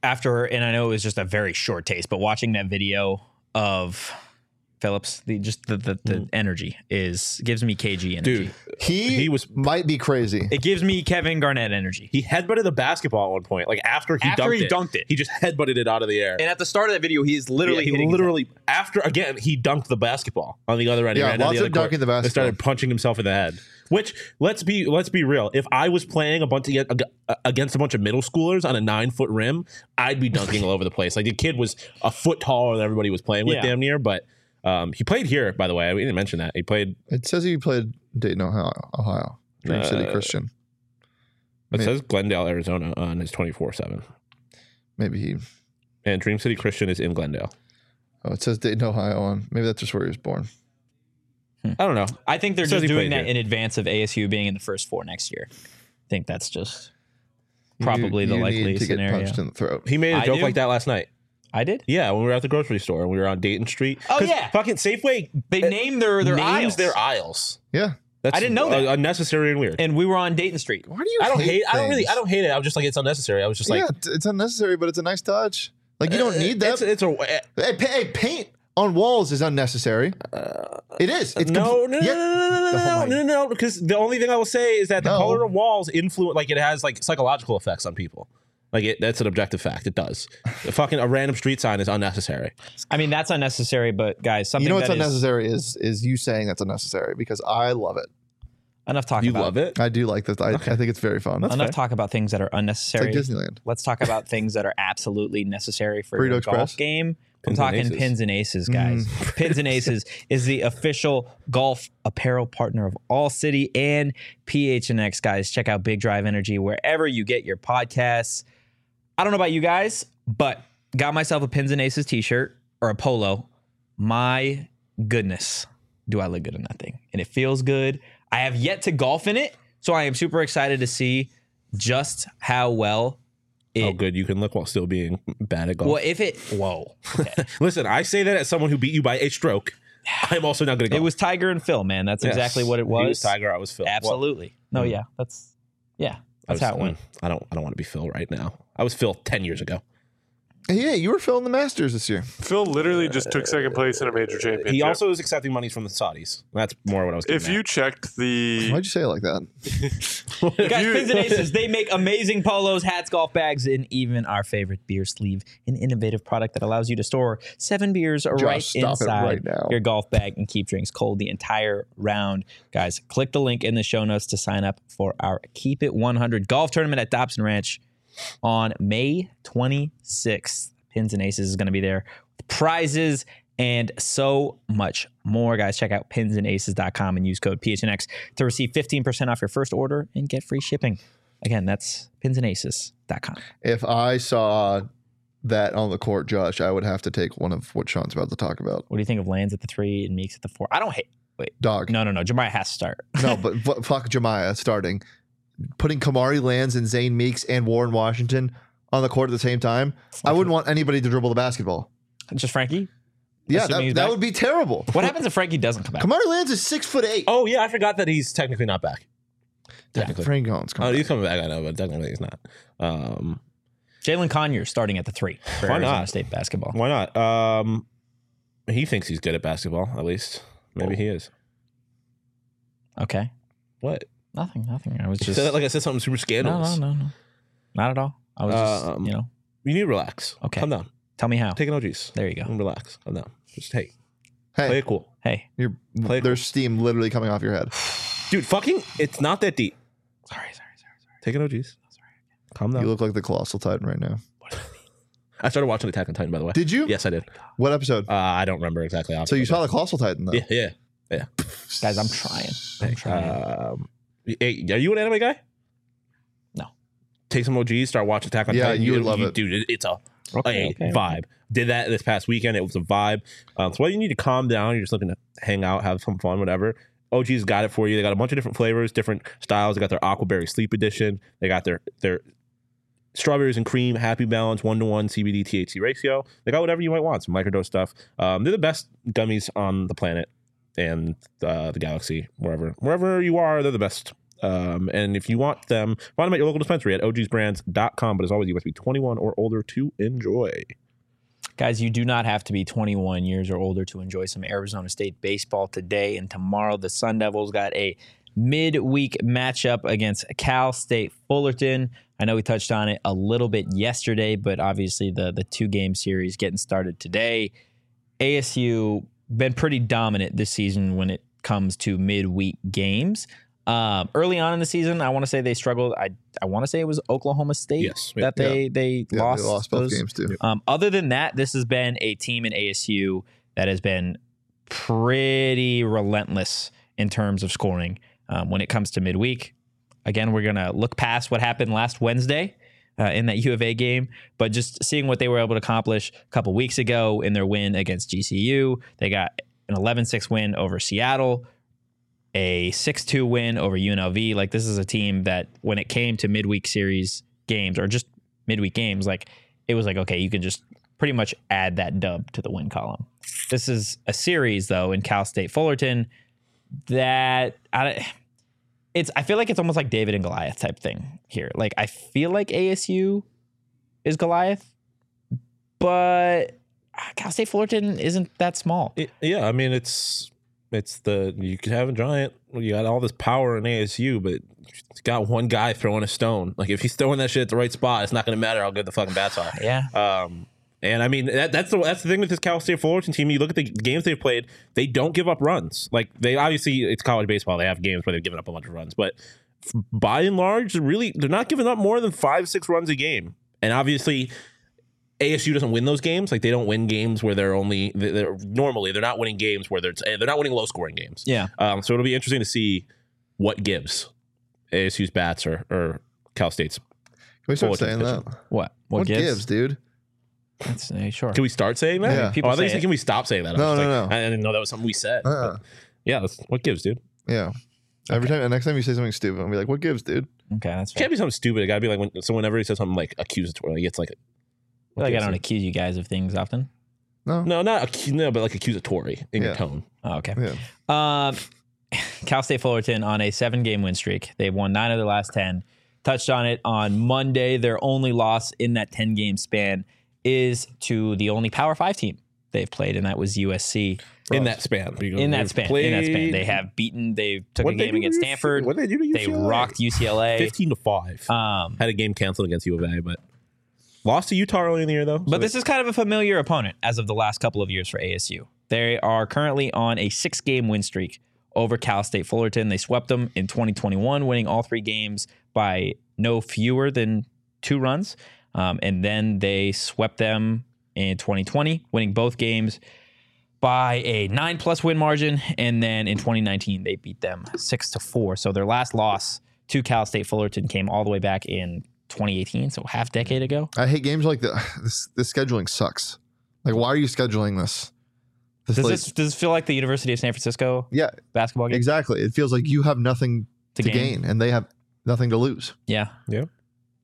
[SPEAKER 1] after, and I know it was just a very short taste, but watching that video of Phillips. The just the the, the energy is gives me KG energy.
[SPEAKER 3] dude.
[SPEAKER 2] He,
[SPEAKER 3] He was-
[SPEAKER 2] might be crazy.
[SPEAKER 1] It gives me Kevin Garnett energy.
[SPEAKER 3] He headbutted the basketball at one point. Like after he
[SPEAKER 1] After
[SPEAKER 3] dunked
[SPEAKER 1] he
[SPEAKER 3] it,
[SPEAKER 1] dunked it.
[SPEAKER 3] he just headbutted it out of the air.
[SPEAKER 1] and at the start of that video, he is literally
[SPEAKER 3] Yeah, he
[SPEAKER 1] hitting his
[SPEAKER 3] literally after again he dunked the basketball on the other end. He
[SPEAKER 2] Yeah,
[SPEAKER 3] ran down
[SPEAKER 2] lots
[SPEAKER 3] the other
[SPEAKER 2] of dunking
[SPEAKER 3] court
[SPEAKER 2] the
[SPEAKER 3] and
[SPEAKER 2] basketball.
[SPEAKER 3] started punching himself in the head. Which let's be let's be real. If I was playing a bunch of, against a bunch of middle schoolers on a nine foot rim, I'd be dunking all over the place. Like the kid was a foot taller than everybody was playing with,
[SPEAKER 1] Yeah.
[SPEAKER 3] damn near. But um, he played here, by the way. We didn't mention that he played.
[SPEAKER 2] It says he played Dayton, Ohio, Ohio Dream City
[SPEAKER 3] Uh,
[SPEAKER 2] Christian.
[SPEAKER 3] It
[SPEAKER 2] Maybe.
[SPEAKER 3] says Glendale, Arizona, on his twenty four seven.
[SPEAKER 2] Maybe he.
[SPEAKER 3] And Dream City Christian is in Glendale.
[SPEAKER 2] Oh, it says Dayton, Ohio on. Maybe that's just where he was born.
[SPEAKER 3] I don't know.
[SPEAKER 1] I think they're just
[SPEAKER 3] Says he
[SPEAKER 1] doing
[SPEAKER 3] played
[SPEAKER 1] that
[SPEAKER 3] here.
[SPEAKER 1] in advance of ASU being in the first four next year. I think that's just probably
[SPEAKER 2] You-
[SPEAKER 1] the
[SPEAKER 2] you
[SPEAKER 1] likely
[SPEAKER 2] need to
[SPEAKER 1] scenario.
[SPEAKER 2] get punched in the throat.
[SPEAKER 3] He made a
[SPEAKER 1] I
[SPEAKER 3] joke
[SPEAKER 1] do?
[SPEAKER 3] like that last night.
[SPEAKER 1] I did.
[SPEAKER 3] Yeah, when we were at the grocery store and we were on Dayton Street.
[SPEAKER 1] Oh,
[SPEAKER 3] 'Cause
[SPEAKER 1] yeah.
[SPEAKER 3] fucking Safeway
[SPEAKER 1] They named their their
[SPEAKER 3] names
[SPEAKER 1] aisles.
[SPEAKER 3] their aisles.
[SPEAKER 2] Yeah.
[SPEAKER 3] That's
[SPEAKER 1] I didn't know that.
[SPEAKER 3] uh, unnecessary and weird.
[SPEAKER 1] and we were on Dayton Street.
[SPEAKER 2] Why do you?
[SPEAKER 3] I don't hate. I don't really.
[SPEAKER 2] things?
[SPEAKER 3] I don't hate it. I'm just like it's unnecessary. I was just like, Uh,
[SPEAKER 2] yeah, it's- it's unnecessary, but it's a nice touch. Like you don't need that.
[SPEAKER 3] It's, it's a
[SPEAKER 2] hey, pa- hey, paint on walls is unnecessary. it is. It's
[SPEAKER 3] Uh, no,
[SPEAKER 2] compl-
[SPEAKER 3] no, no,
[SPEAKER 2] yeah.
[SPEAKER 3] no, no,
[SPEAKER 2] Oh
[SPEAKER 3] no, no,
[SPEAKER 2] my-
[SPEAKER 3] no, no, Because the only thing I will say is that the
[SPEAKER 2] No.
[SPEAKER 3] color of walls influence, like it has like psychological effects on people. Like it, that's an objective fact. It does. The fucking a random street sign is unnecessary.
[SPEAKER 1] I mean, that's unnecessary, but guys, something
[SPEAKER 2] You know what's
[SPEAKER 1] that is-
[SPEAKER 2] unnecessary is is you saying that's unnecessary because I love it.
[SPEAKER 1] enough talk
[SPEAKER 3] You
[SPEAKER 1] about
[SPEAKER 3] love it.
[SPEAKER 2] I do like this. I, I think it's very fun.
[SPEAKER 1] enough talk about things that are
[SPEAKER 2] it's like
[SPEAKER 1] unnecessary.
[SPEAKER 2] Disneyland.
[SPEAKER 1] Let's talk about
[SPEAKER 3] <laughs>
[SPEAKER 1] things that are absolutely necessary for
[SPEAKER 2] Burrito
[SPEAKER 1] your golf
[SPEAKER 2] Express.
[SPEAKER 1] game. I'm
[SPEAKER 3] Pins and
[SPEAKER 1] talking
[SPEAKER 3] aces. Mm.
[SPEAKER 1] pins and aces, guys.
[SPEAKER 3] <laughs>
[SPEAKER 1] Pins and aces is the official golf apparel partner of All City and PHNX, guys. Check out Big Drive Energy wherever you get your podcasts. I don't know about you guys, but got myself a pins and aces t-shirt or a polo. My goodness, do I look good in that thing? And it feels good. I have yet to golf in it, so I am super excited to see just how well it
[SPEAKER 3] Oh, good. You can look while still being bad at golf.
[SPEAKER 1] well, if it whoa, okay.
[SPEAKER 3] Listen, I say that as someone who beat you by a stroke. I'm also not going to go.
[SPEAKER 1] it was Tiger and Phil, man. That's exactly what it was.
[SPEAKER 3] Tiger. I was Phil. Well,
[SPEAKER 1] Absolutely. No, yeah, that's yeah,
[SPEAKER 3] I
[SPEAKER 1] that's how it
[SPEAKER 3] was- mm,
[SPEAKER 1] went.
[SPEAKER 3] <laughs> I don't. I don't want to be Phil right now. I was Phil ten years ago.
[SPEAKER 2] Yeah, you were filling the Masters this year.
[SPEAKER 4] Phil literally just took second place in a major championship.
[SPEAKER 3] He also is accepting monies from the Saudis. That's more what I was. Getting
[SPEAKER 4] if you checked the
[SPEAKER 2] Why'd you say it like that?
[SPEAKER 3] at.
[SPEAKER 1] Guys, Pins and Aces, they make amazing polos, hats, golf bags, and even our favorite beer sleeve, an innovative product that allows you to store seven beers right
[SPEAKER 2] stop it
[SPEAKER 1] inside
[SPEAKER 2] right now.
[SPEAKER 1] your golf bag and keep drinks cold the entire round. Guys, click the link in the show notes to sign up for our Keep It 100 golf tournament at Dobson Ranch on May 26th. Pins and Aces is going to be there with prizes and so much more. Guys, check out pinsandaces.com and use code PHNX to receive 15% off your first order and get free shipping. Again, that's pinsandaces.com.
[SPEAKER 2] If I saw that on the court, Josh, I would have to take one of what Sean's about to talk about.
[SPEAKER 1] What do you think of Lands at the three and Meeks at the four? I don't hate. Wait,
[SPEAKER 2] Dog.
[SPEAKER 1] no, no, no. Jemiah has to start.
[SPEAKER 2] No, but fu- fuck Jemiah starting. Putting Kamari Lands and Zane Meeks and Warren Washington on the court at the same time, I wouldn't want anybody to dribble the basketball.
[SPEAKER 1] Just Frankie.
[SPEAKER 2] Yeah,
[SPEAKER 1] Assuming he's
[SPEAKER 2] that, that
[SPEAKER 1] back.
[SPEAKER 2] would be terrible.
[SPEAKER 1] What happens if Frankie doesn't come back?
[SPEAKER 2] Kamari Lands is six foot eight.
[SPEAKER 3] oh yeah, I forgot that he's technically not back. Technically,
[SPEAKER 2] Frank Gones.
[SPEAKER 3] oh, he's coming back. I know, but technically he's not. Um,
[SPEAKER 1] Jalen Conyers starting at the three for
[SPEAKER 3] Why
[SPEAKER 1] Arizona
[SPEAKER 3] not?
[SPEAKER 1] State basketball.
[SPEAKER 3] why not? Um, he thinks he's good at basketball. At least maybe he is.
[SPEAKER 1] Okay,
[SPEAKER 3] What?
[SPEAKER 1] nothing, nothing. I was
[SPEAKER 3] You
[SPEAKER 1] just
[SPEAKER 3] said that like I said something super
[SPEAKER 1] no,
[SPEAKER 3] scandalous.
[SPEAKER 1] no, no, no, not at all. I was just
[SPEAKER 3] Um,
[SPEAKER 1] you know,
[SPEAKER 3] You need to relax.
[SPEAKER 1] Okay.
[SPEAKER 3] calm down.
[SPEAKER 1] tell me how.
[SPEAKER 3] Take Mm. an OGs.
[SPEAKER 1] There you go.
[SPEAKER 3] And relax. Calm down. Just hey, play
[SPEAKER 2] Hey,
[SPEAKER 3] it cool.
[SPEAKER 1] Hey,
[SPEAKER 2] you're,
[SPEAKER 3] play-
[SPEAKER 2] there's steam literally coming off your head.
[SPEAKER 3] Dude, fucking, it's not that deep.
[SPEAKER 1] sorry, sorry, sorry.
[SPEAKER 3] Take an OGs. Calm
[SPEAKER 2] You
[SPEAKER 3] down.
[SPEAKER 2] look like the Colossal Titan right now.
[SPEAKER 3] I started watching Attack on Titan, by the way.
[SPEAKER 2] Did you?
[SPEAKER 3] Yes, I did.
[SPEAKER 2] What episode?
[SPEAKER 3] Uh, I don't remember exactly. how
[SPEAKER 2] So you
[SPEAKER 3] but-
[SPEAKER 2] saw the Colossal Titan though.
[SPEAKER 3] Yeah, yeah.
[SPEAKER 1] Guys, I'm trying. I'm trying.
[SPEAKER 3] Um, hey, are you an anime guy?
[SPEAKER 1] No.
[SPEAKER 3] Take some OGs, start watching Attack on
[SPEAKER 2] Yeah,
[SPEAKER 3] Titan.
[SPEAKER 2] you would love it.
[SPEAKER 3] dude. it- It's a,
[SPEAKER 1] Okay,
[SPEAKER 3] a
[SPEAKER 1] okay.
[SPEAKER 3] vibe. Did that this past weekend. It was a vibe. Um, so whether you need to calm down, you're just looking to hang out, have some fun, whatever. OG's got it for you. They got a bunch of different flavors, different styles. They got their Aquaberry Sleep Edition. They got their their strawberries and cream, happy balance, one to one CBD THC ratio. They got whatever you might want, some microdose stuff. Um, they're the best gummies on the planet and uh, the galaxy, wherever wherever you are, they're the best. Um, and if you want them, find them at your local dispensary at ogsbrands.com. But as always, you must be 21 or older to enjoy.
[SPEAKER 1] Guys, you do not have to be 21 years or older to enjoy some Arizona State baseball today and tomorrow. The Sun Devils got a midweek matchup against Cal State Fullerton. I know we touched on it a little bit yesterday, but obviously the the two game series getting started today. ASU been pretty dominant this season when it comes to midweek games. Um, early on in the season, I want to say they struggled. I I want to say it was Oklahoma State
[SPEAKER 3] Yes.
[SPEAKER 1] that they they,
[SPEAKER 2] Yeah,
[SPEAKER 1] lost,
[SPEAKER 2] they lost both
[SPEAKER 1] those.
[SPEAKER 2] games too.
[SPEAKER 1] Um, other than that, this has been a team in ASU that has been pretty relentless in terms of scoring um, when it comes to midweek. Again, we're going to look past what happened last Wednesday uh, in that U of A game, but just seeing what they were able to accomplish a couple weeks ago in their win against GCU. They got an 11 6 win over Seattle, a 6 2 win over UNLV. Like, this is a team that when it came to midweek series games or just midweek games, like, it was like, okay, you can just pretty much add that dub to the win column. This is a series, though, in Cal State Fullerton that I, it's I feel like it's almost like David and Goliath type thing here. Like I feel like ASU is Goliath, but Cal State Fullerton isn't that small.
[SPEAKER 3] It- yeah, I mean it's it's the you could have a giant. You got all this power in ASU, but it's got one guy throwing a stone. Like if he's throwing that shit at the right spot, it's not going to matter how good the fucking bats are.
[SPEAKER 1] yeah.
[SPEAKER 3] Um, and I mean that, that's the that's the thing with this Cal State Fullerton team. You look at the games they've played; they don't give up runs. Like they obviously it's college baseball; they have games where they've given up a bunch of runs, but f- by and large, really they're not giving up more than five six runs a game. And obviously, ASU doesn't win those games. Like they don't win games where they're only they're, they're- normally they're not winning games where they're they're not winning low scoring games.
[SPEAKER 1] Yeah.
[SPEAKER 3] Um, so it'll be interesting to see what gives ASU's bats or or Cal State's.
[SPEAKER 2] Can we start
[SPEAKER 3] Fullerton
[SPEAKER 2] saying
[SPEAKER 3] pitching.
[SPEAKER 2] that?
[SPEAKER 1] What?
[SPEAKER 2] What, gives? dude?
[SPEAKER 1] That's, eh, sure.
[SPEAKER 3] Can we start saying that?
[SPEAKER 2] Yeah.
[SPEAKER 1] People
[SPEAKER 3] oh, I thought
[SPEAKER 1] say
[SPEAKER 3] you said,
[SPEAKER 1] it.
[SPEAKER 3] can we stop saying that? I
[SPEAKER 2] No,
[SPEAKER 3] was
[SPEAKER 2] no,
[SPEAKER 3] like,
[SPEAKER 2] no.
[SPEAKER 3] I didn't know that was something we said. but
[SPEAKER 2] Uh-uh.
[SPEAKER 3] yeah, that's, what gives, dude?
[SPEAKER 2] Yeah. Every time, and next time you say something stupid, I'll be like, "What gives, dude?"
[SPEAKER 1] okay, that's
[SPEAKER 3] It can't
[SPEAKER 1] fair.
[SPEAKER 3] be something stupid. It gotta be like when so whenever he says something like accusatory, like it's like
[SPEAKER 1] I feel like I
[SPEAKER 3] gives
[SPEAKER 1] don't
[SPEAKER 3] it?
[SPEAKER 1] accuse you guys of things often.
[SPEAKER 2] No.
[SPEAKER 3] no, not acu- no, but like accusatory in your
[SPEAKER 2] Yeah.
[SPEAKER 3] tone.
[SPEAKER 1] Oh,
[SPEAKER 3] <laughs>
[SPEAKER 1] okay.
[SPEAKER 2] Yeah.
[SPEAKER 1] Um, Cal State Fullerton on a seven game win streak. They've won nine of their last 10. Touched on it on Monday. Their only loss in that 10 game span is to the only Power Five team they've played, and that was USC.
[SPEAKER 3] In that span, because
[SPEAKER 1] In that
[SPEAKER 3] they've
[SPEAKER 1] span, in that
[SPEAKER 3] played-
[SPEAKER 1] span, they have beaten. They took a
[SPEAKER 3] What'd they
[SPEAKER 1] game
[SPEAKER 3] do to
[SPEAKER 1] against
[SPEAKER 3] UC
[SPEAKER 1] Stanford.
[SPEAKER 3] What'd they do to
[SPEAKER 1] They
[SPEAKER 3] UCLA?
[SPEAKER 1] rocked UCLA.
[SPEAKER 3] fifteen to five.
[SPEAKER 1] Um,
[SPEAKER 3] Had a game canceled against U of A, but lost to Utah early in the year though.
[SPEAKER 1] But this is kind of a familiar opponent as of the last couple of years for ASU. They are currently on a six game win streak over Cal State Fullerton. They swept them in 2021, winning all three games by no fewer than two runs. Um, and then they swept them in 2020, winning both games by a nine plus win margin. And then in 2019, they beat them six to four. So their last loss to Cal State Fullerton came all the way back in 2018, so half decade ago.
[SPEAKER 2] I hate games like that. <sighs> This, this scheduling sucks. Like, why are you scheduling this? This,
[SPEAKER 1] Does
[SPEAKER 2] like-
[SPEAKER 1] this does this feel like the University of San Francisco
[SPEAKER 2] yeah,
[SPEAKER 1] basketball game?
[SPEAKER 2] exactly. It feels like you have nothing
[SPEAKER 1] To
[SPEAKER 2] to,
[SPEAKER 1] gain.
[SPEAKER 2] gain. and they have nothing to lose.
[SPEAKER 1] Yeah.
[SPEAKER 3] Yeah.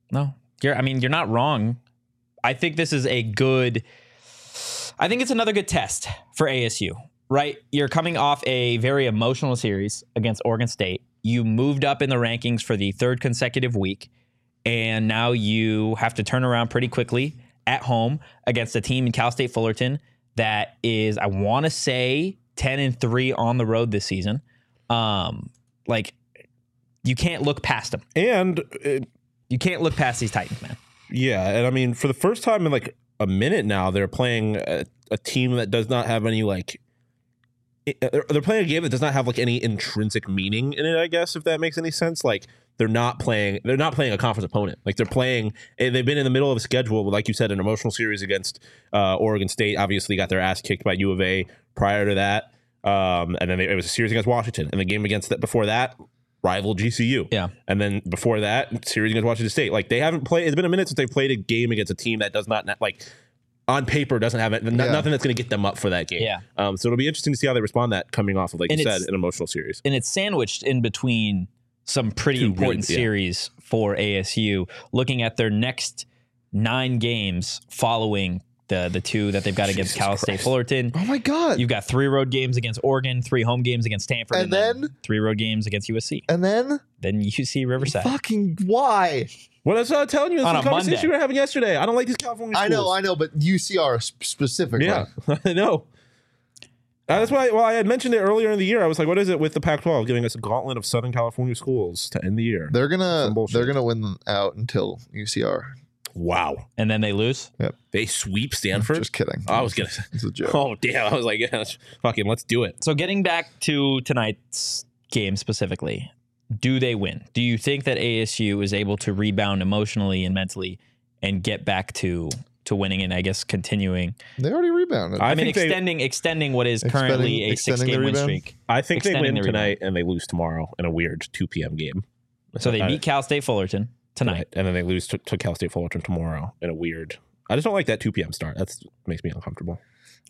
[SPEAKER 1] No, you're. I mean, you're not wrong. I think this is a good. I think it's another good test for ASU. Right, you're coming off a very emotional series against Oregon State. You moved up in the rankings for the third consecutive week, and now you have to turn around pretty quickly at home against a team in Cal State Fullerton that is, I want to say, ten and three on the road this season. Um, like, you can't look past them.
[SPEAKER 3] and it,
[SPEAKER 1] You can't look past these Titans, man.
[SPEAKER 3] Yeah, and I mean, for the first time in like a minute now, they're playing a, a team that does not have any like. i- uh, They're they're playing a game that does not have like any intrinsic meaning in it. I guess if that makes any sense, like they're not playing. They're not playing a conference opponent. Like they're playing. eh, They've been in the middle of a schedule, with, like you said, an emotional series against uh, Oregon State. Obviously, got their ass kicked by U of A prior to that, um, and then they, it was a series against Washington, and the game against that before that, rival GCU.
[SPEAKER 1] Yeah.
[SPEAKER 3] And then before that, series against Washington State. Like they haven't played. It's been a minute since they've played a game against a team that does not like on paper doesn't have it, n-
[SPEAKER 2] Yeah.
[SPEAKER 3] nothing that's going to get them up for that game.
[SPEAKER 1] Yeah.
[SPEAKER 3] Um. So it'll be interesting to see how they respond to that coming off of like
[SPEAKER 1] And
[SPEAKER 3] you
[SPEAKER 1] it's-
[SPEAKER 3] said an emotional series.
[SPEAKER 1] And it's sandwiched in between some pretty
[SPEAKER 3] Two
[SPEAKER 1] important
[SPEAKER 3] wins, yeah.
[SPEAKER 1] series for ASU. Looking at their next nine games following the the two that they've got against
[SPEAKER 3] Jesus
[SPEAKER 1] Cal State
[SPEAKER 3] Christ.
[SPEAKER 1] Fullerton.
[SPEAKER 2] Oh my god!
[SPEAKER 1] You've got three road games against Oregon, three home games against Stanford,
[SPEAKER 2] And then?
[SPEAKER 1] three road games against USC.
[SPEAKER 2] and then
[SPEAKER 1] Then UC Riverside.
[SPEAKER 2] fucking why?
[SPEAKER 3] Well, that's what I'm telling you. It's
[SPEAKER 1] On
[SPEAKER 3] the
[SPEAKER 1] a
[SPEAKER 3] conversation
[SPEAKER 1] Monday.
[SPEAKER 3] we were having yesterday. I don't like these California schools.
[SPEAKER 2] I know, I know, but UCR sp- specifically.
[SPEAKER 3] Yeah, <laughs> I know. Uh, that's why. Well, I had mentioned it earlier in the year. I was like, "What is it with the Pac-12 giving us a gauntlet of Southern California schools to end the year?"
[SPEAKER 2] They're gonna
[SPEAKER 3] Some bullshit.
[SPEAKER 2] they're gonna win out until UCR.
[SPEAKER 3] Wow,
[SPEAKER 1] and then they lose.
[SPEAKER 3] they sweep Stanford.
[SPEAKER 2] Just kidding.
[SPEAKER 3] I was gonna. say-
[SPEAKER 2] It's a joke.
[SPEAKER 3] <laughs> Oh damn! I was like, yeah, "Fucking, let's do it."
[SPEAKER 1] So getting back to tonight's game specifically, do they win? Do you think that ASU is able to rebound emotionally and mentally and get back to to winning and I guess continuing?
[SPEAKER 2] They already rebounded.
[SPEAKER 1] I,
[SPEAKER 3] I
[SPEAKER 1] mean
[SPEAKER 3] think they-
[SPEAKER 1] extending extending what is currently
[SPEAKER 2] Expending-
[SPEAKER 1] a six
[SPEAKER 2] extending
[SPEAKER 1] game
[SPEAKER 2] the
[SPEAKER 1] win
[SPEAKER 2] rebound?
[SPEAKER 1] streak.
[SPEAKER 3] I think they
[SPEAKER 1] Extending
[SPEAKER 3] win
[SPEAKER 1] the
[SPEAKER 3] tonight and they lose tomorrow in a weird 2 p.m. game. Uh,
[SPEAKER 1] So they
[SPEAKER 3] I-
[SPEAKER 1] beat Cal State Fullerton tonight.
[SPEAKER 3] and then they lose to, to Cal State Fullerton tomorrow in a weird. I just don't like that 2 p.m. start. That makes me uncomfortable.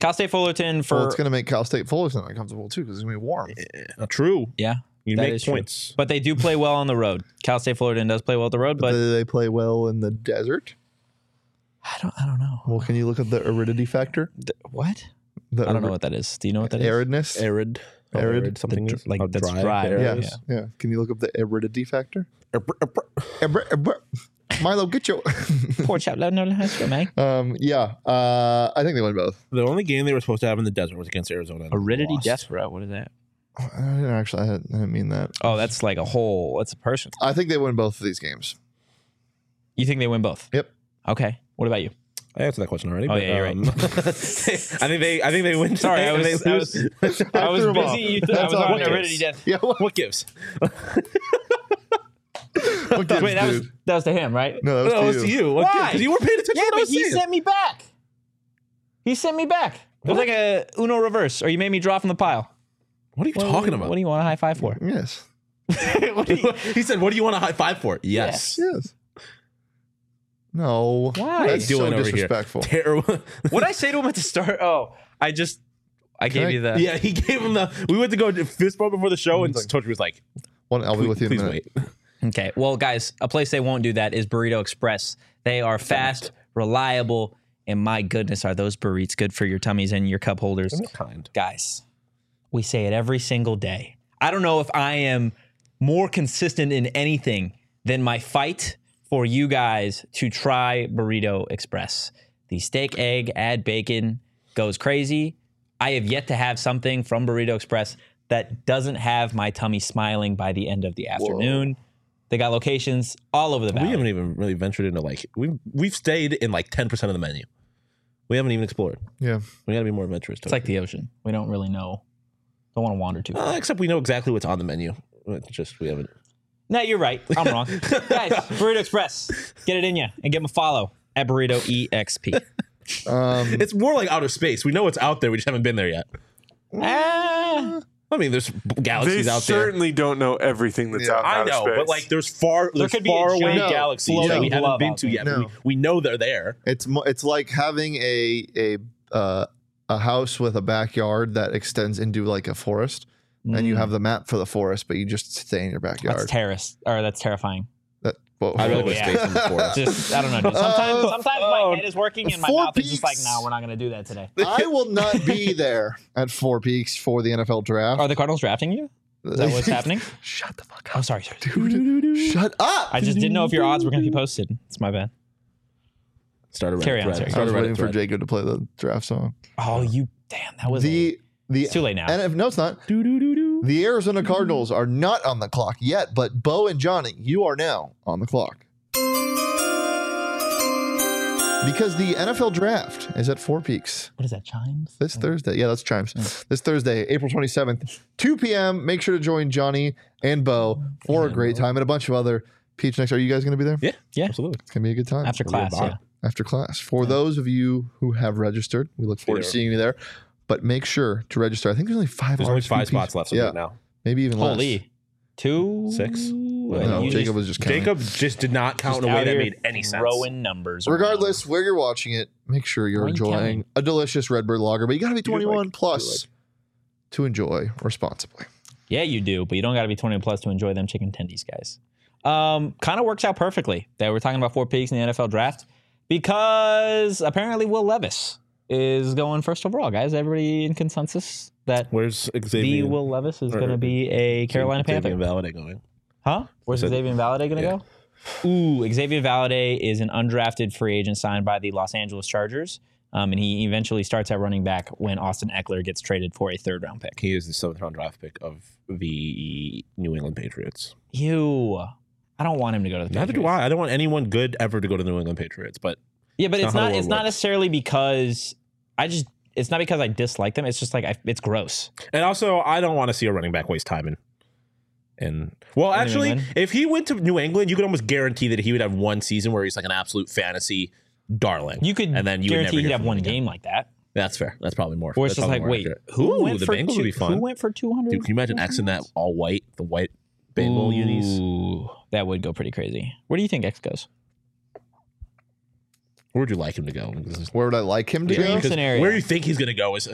[SPEAKER 1] Cal State Fullerton for
[SPEAKER 2] well, it's gonna make Cal State Fullerton uncomfortable too because it's gonna be warm.
[SPEAKER 3] Uh, true.
[SPEAKER 1] yeah,
[SPEAKER 3] You
[SPEAKER 1] That
[SPEAKER 3] make
[SPEAKER 1] is true.
[SPEAKER 3] points.
[SPEAKER 1] but they do play well on the road. Cal State Fullerton does play well at the road,
[SPEAKER 2] But
[SPEAKER 1] but
[SPEAKER 2] do they play well in the desert?
[SPEAKER 1] I don't I don't know
[SPEAKER 2] Well, can you look at the aridity factor?
[SPEAKER 1] Th- what
[SPEAKER 2] The
[SPEAKER 1] I don't know what that is. Do you know what that is?
[SPEAKER 2] aridness.
[SPEAKER 3] Arid.
[SPEAKER 2] Oh, arid,
[SPEAKER 3] Arid. Something
[SPEAKER 1] something
[SPEAKER 3] Oh,
[SPEAKER 1] is- like, that's dry
[SPEAKER 2] yeah.
[SPEAKER 1] areas.
[SPEAKER 2] yeah, Can you look up the aridity factor? Abr- abr- Milo, get your. <laughs>
[SPEAKER 1] Poor chap, no, no, no, no, man.
[SPEAKER 2] um, yeah, uh, I think they win both.
[SPEAKER 3] The only game they were supposed to have in the desert was against Arizona. and they
[SPEAKER 1] Aridity
[SPEAKER 3] lost.
[SPEAKER 1] desperate. What is that?
[SPEAKER 2] I didn't Uh, actually. I didn't, I didn't mean that.
[SPEAKER 1] Oh, that's like a whole. That's a person.
[SPEAKER 2] I think they win both of these games.
[SPEAKER 1] You think they win both?
[SPEAKER 2] Yep.
[SPEAKER 1] Okay. What about you?
[SPEAKER 3] I answered that question already.
[SPEAKER 1] Oh,
[SPEAKER 3] but,
[SPEAKER 1] yeah, you're
[SPEAKER 3] um, <laughs> I think they. I think they
[SPEAKER 1] <laughs>
[SPEAKER 3] win.
[SPEAKER 1] Sorry,
[SPEAKER 3] tonight
[SPEAKER 1] I
[SPEAKER 3] and
[SPEAKER 1] was-
[SPEAKER 3] they
[SPEAKER 1] I
[SPEAKER 3] lose.
[SPEAKER 1] I was
[SPEAKER 2] threw 'em
[SPEAKER 1] busy.
[SPEAKER 2] off.
[SPEAKER 1] You
[SPEAKER 2] That's
[SPEAKER 1] I was
[SPEAKER 2] all
[SPEAKER 1] on
[SPEAKER 2] it
[SPEAKER 1] aridity
[SPEAKER 2] is.
[SPEAKER 1] death.
[SPEAKER 2] Yeah, what,
[SPEAKER 3] what gives?
[SPEAKER 2] what gives,
[SPEAKER 1] Wait, that was
[SPEAKER 2] dude?
[SPEAKER 1] that was to him, right?
[SPEAKER 2] no, that was,
[SPEAKER 3] No,
[SPEAKER 2] to
[SPEAKER 3] it was
[SPEAKER 2] you.
[SPEAKER 3] to you. What
[SPEAKER 1] Why?
[SPEAKER 3] gives? 'Cause you weren't paying attention.
[SPEAKER 1] Yeah,
[SPEAKER 3] to what I
[SPEAKER 1] but
[SPEAKER 3] was
[SPEAKER 1] he
[SPEAKER 3] saying.
[SPEAKER 1] sent me back. He sent me back. It was like a Uno reverse, or you made me draw from the pile.
[SPEAKER 3] What are you
[SPEAKER 1] What-
[SPEAKER 3] talking about?
[SPEAKER 1] What do you want a high five for?
[SPEAKER 2] Yes,
[SPEAKER 1] <laughs> What do you- <laughs>
[SPEAKER 3] <laughs> he said, "What do you want a high five for?" Yes.
[SPEAKER 2] yes. No,
[SPEAKER 1] Why?
[SPEAKER 2] That's
[SPEAKER 3] Doing
[SPEAKER 2] so
[SPEAKER 3] over here.
[SPEAKER 2] disrespectful.
[SPEAKER 3] <laughs> Terrible.
[SPEAKER 1] what did I say to him at the start? Oh, I just I gave
[SPEAKER 2] I-
[SPEAKER 1] you the.
[SPEAKER 3] yeah, he gave him the. We went to go fist bump before the show, and
[SPEAKER 2] Like-
[SPEAKER 3] Toji was like,
[SPEAKER 2] One, I'll be
[SPEAKER 3] "Please,
[SPEAKER 2] with you in a
[SPEAKER 3] please
[SPEAKER 2] minute.
[SPEAKER 3] wait."
[SPEAKER 1] Okay. Well, guys, a place they won't do that is Burrito Express. They are fast, reliable, and my goodness, are those burritos good for your tummies and your cup holders?
[SPEAKER 3] Kind.
[SPEAKER 1] guys, we say it every single day. I don't know if I am more consistent in anything than my fight for you guys to try Burrito Express. The steak, egg, add bacon goes crazy. I have yet to have something from Burrito Express that doesn't have my tummy smiling by the end of the afternoon. They got locations all over the
[SPEAKER 3] We
[SPEAKER 1] valley.
[SPEAKER 3] haven't even really ventured into like we have we've stayed in like ten percent of the menu. We haven't even explored.
[SPEAKER 2] Yeah,
[SPEAKER 3] We got to be more adventurous.
[SPEAKER 1] It's like the ocean. We don't really know. Don't want to wander too far.
[SPEAKER 3] uh, except we know exactly what's on the menu. It's just we haven't.
[SPEAKER 1] No, you're right. I'm wrong. <laughs> Guys, Burrito Express, get it in ya and give them a follow at Burrito E
[SPEAKER 2] <laughs>
[SPEAKER 1] EXP. <laughs> Hmm.
[SPEAKER 2] um,
[SPEAKER 3] It's more like outer space. We know it's out there. We just haven't been there yet.
[SPEAKER 1] ah,
[SPEAKER 3] I mean, there's galaxies
[SPEAKER 4] They
[SPEAKER 3] out there.
[SPEAKER 4] certainly don't know everything that's
[SPEAKER 2] Yeah.
[SPEAKER 4] out in
[SPEAKER 3] I
[SPEAKER 4] outer
[SPEAKER 3] know,
[SPEAKER 4] space.
[SPEAKER 3] but like there's far, there's
[SPEAKER 1] could be a
[SPEAKER 3] far away
[SPEAKER 2] giant
[SPEAKER 3] galaxies
[SPEAKER 1] floating
[SPEAKER 3] that we
[SPEAKER 1] blob
[SPEAKER 3] haven't been
[SPEAKER 1] out
[SPEAKER 3] to
[SPEAKER 1] there.
[SPEAKER 3] yet. but
[SPEAKER 2] No.
[SPEAKER 3] We, we know they're there.
[SPEAKER 2] it's mo- it's like having a a uh, a house with a backyard that extends into like a forest, and you have the map for the forest, but you just stay in your
[SPEAKER 1] Mm. that's
[SPEAKER 2] backyard.
[SPEAKER 1] terrorist, or that's terrifying.
[SPEAKER 2] That- well,
[SPEAKER 3] I really
[SPEAKER 1] Oh,
[SPEAKER 3] would
[SPEAKER 1] yeah.
[SPEAKER 3] stay in the
[SPEAKER 1] <laughs>
[SPEAKER 3] forest.
[SPEAKER 1] Just I don't know. Dude.
[SPEAKER 2] <laughs>
[SPEAKER 1] Sometimes,
[SPEAKER 2] Uh,
[SPEAKER 1] sometimes my head is working and my
[SPEAKER 2] Four
[SPEAKER 1] mouth is just like,
[SPEAKER 2] Peaks.
[SPEAKER 1] no, we're not gonna do that today.
[SPEAKER 2] I will not
[SPEAKER 1] <laughs>
[SPEAKER 2] be there at Four Peaks for the NFL draft.
[SPEAKER 1] Are the Cardinals drafting you? Is that
[SPEAKER 2] <laughs>
[SPEAKER 1] what's happening?
[SPEAKER 2] Shut the fuck
[SPEAKER 1] I'm sorry, sorry.
[SPEAKER 2] up, dude. Shut up.
[SPEAKER 1] I just didn't know if your odds were gonna be posted. It's my bad.
[SPEAKER 3] Start a Reddit
[SPEAKER 1] Carry on,
[SPEAKER 3] thread.
[SPEAKER 1] sorry.
[SPEAKER 2] I
[SPEAKER 3] Start a
[SPEAKER 2] was
[SPEAKER 3] Reddit
[SPEAKER 2] waiting for
[SPEAKER 3] thread.
[SPEAKER 2] Jacob to play the draft song.
[SPEAKER 1] Oh, you damn, that was late.
[SPEAKER 2] The the
[SPEAKER 1] It's too late now. Mm-hmm.
[SPEAKER 2] and if no, it's not. The Arizona Cardinals are not on the clock yet, but Bo and Johnny, you are now on the clock. Because the NFL draft is at Four Peaks
[SPEAKER 1] What is that? Chimes?
[SPEAKER 2] this Thursday. Yeah, that's chimes. This Thursday, April 27th, 2 p.m. Make sure to join Johnny and Bo for a great time and a bunch of other Peach Next. Are you guys going to be there?
[SPEAKER 3] Yeah,
[SPEAKER 1] Yeah.
[SPEAKER 3] absolutely.
[SPEAKER 2] It's going to be a good time
[SPEAKER 1] After class,
[SPEAKER 3] We're
[SPEAKER 1] yeah.
[SPEAKER 3] about-
[SPEAKER 2] after class. For those of you who have registered, we look forward to
[SPEAKER 3] Yeah.
[SPEAKER 2] seeing you there. But make sure to register. I think there's only five.
[SPEAKER 3] There's only five
[SPEAKER 2] RSVPs.
[SPEAKER 3] spots left
[SPEAKER 2] Yeah,
[SPEAKER 3] yeah. now.
[SPEAKER 2] maybe even less.
[SPEAKER 1] Holy, two,
[SPEAKER 3] Six?
[SPEAKER 2] No,
[SPEAKER 1] You
[SPEAKER 2] Jacob
[SPEAKER 1] just-
[SPEAKER 2] was just counting.
[SPEAKER 3] Jacob just did not count in a
[SPEAKER 1] out
[SPEAKER 3] way that
[SPEAKER 1] here
[SPEAKER 3] made any sense.
[SPEAKER 1] Throwing numbers. around.
[SPEAKER 2] Regardless, where you're watching it, make sure you're
[SPEAKER 1] Why are you
[SPEAKER 2] enjoying
[SPEAKER 1] counting?
[SPEAKER 2] a delicious Redbird Lager. But you got to be
[SPEAKER 3] do like-
[SPEAKER 2] 21
[SPEAKER 3] you do
[SPEAKER 2] plus to enjoy responsibly.
[SPEAKER 1] Yeah, you do, but you don't got to be 20 plus to enjoy them chicken tendies, guys. Um, kind of works out perfectly that we're talking about four peaks in the NFL draft because apparently Will Levis is going first overall, guys. Everybody in consensus that
[SPEAKER 3] Where's
[SPEAKER 1] the
[SPEAKER 3] Xavier?
[SPEAKER 1] Will Levis is
[SPEAKER 3] or-
[SPEAKER 1] going to be a Carolina
[SPEAKER 3] Xavier
[SPEAKER 1] Panther,
[SPEAKER 3] Valade going?
[SPEAKER 1] huh? Where's
[SPEAKER 3] Said-
[SPEAKER 1] Xavier Valade going to
[SPEAKER 3] Yeah.
[SPEAKER 1] go? Ooh, Xavier Valade is an undrafted free agent signed by the Los Angeles Chargers. Um, and he eventually starts at running back when Austin Eckler gets traded for a third round pick.
[SPEAKER 3] He is the seventh round draft pick of the New England Patriots.
[SPEAKER 1] Ew. I don't want him to go to the
[SPEAKER 3] Neither do
[SPEAKER 1] Patriots.
[SPEAKER 3] I. I don't want anyone good ever to go to the New England Patriots, but
[SPEAKER 1] Yeah, but
[SPEAKER 3] It's
[SPEAKER 1] it's
[SPEAKER 3] not how
[SPEAKER 1] not.
[SPEAKER 3] the
[SPEAKER 1] It's
[SPEAKER 3] world
[SPEAKER 1] not
[SPEAKER 3] works.
[SPEAKER 1] necessarily because I just. It's not because I dislike them. It's just like I, it's gross.
[SPEAKER 3] and also I don't want to see a running back waste time in. And well,
[SPEAKER 1] In New
[SPEAKER 3] actually,
[SPEAKER 1] England?
[SPEAKER 3] if he went to New England, you could almost guarantee that he would have one season where he's like an absolute fantasy darling.
[SPEAKER 1] You could
[SPEAKER 3] and then you would never
[SPEAKER 1] guarantee
[SPEAKER 3] hear
[SPEAKER 1] he'd have
[SPEAKER 3] from him
[SPEAKER 1] one
[SPEAKER 3] again.
[SPEAKER 1] game like that.
[SPEAKER 3] That's fair. That's probably more.
[SPEAKER 1] Where it's just
[SPEAKER 3] that's
[SPEAKER 1] like,
[SPEAKER 3] probably
[SPEAKER 1] wait,
[SPEAKER 3] more accurate.
[SPEAKER 1] who
[SPEAKER 3] Ooh,
[SPEAKER 1] went
[SPEAKER 3] the
[SPEAKER 1] for
[SPEAKER 3] Bengals
[SPEAKER 1] two,
[SPEAKER 3] would be fun.
[SPEAKER 1] Who went for two hundred?
[SPEAKER 3] Dude, can you imagine X in that all white, the white Bengal unis?
[SPEAKER 1] That would go pretty crazy. Where do you think X goes?
[SPEAKER 3] Where would you like him to go? This is-
[SPEAKER 2] Where would I like him to
[SPEAKER 3] Yeah,
[SPEAKER 1] Dream
[SPEAKER 2] go?
[SPEAKER 3] because
[SPEAKER 1] scenario.
[SPEAKER 3] Where you think he's gonna go is,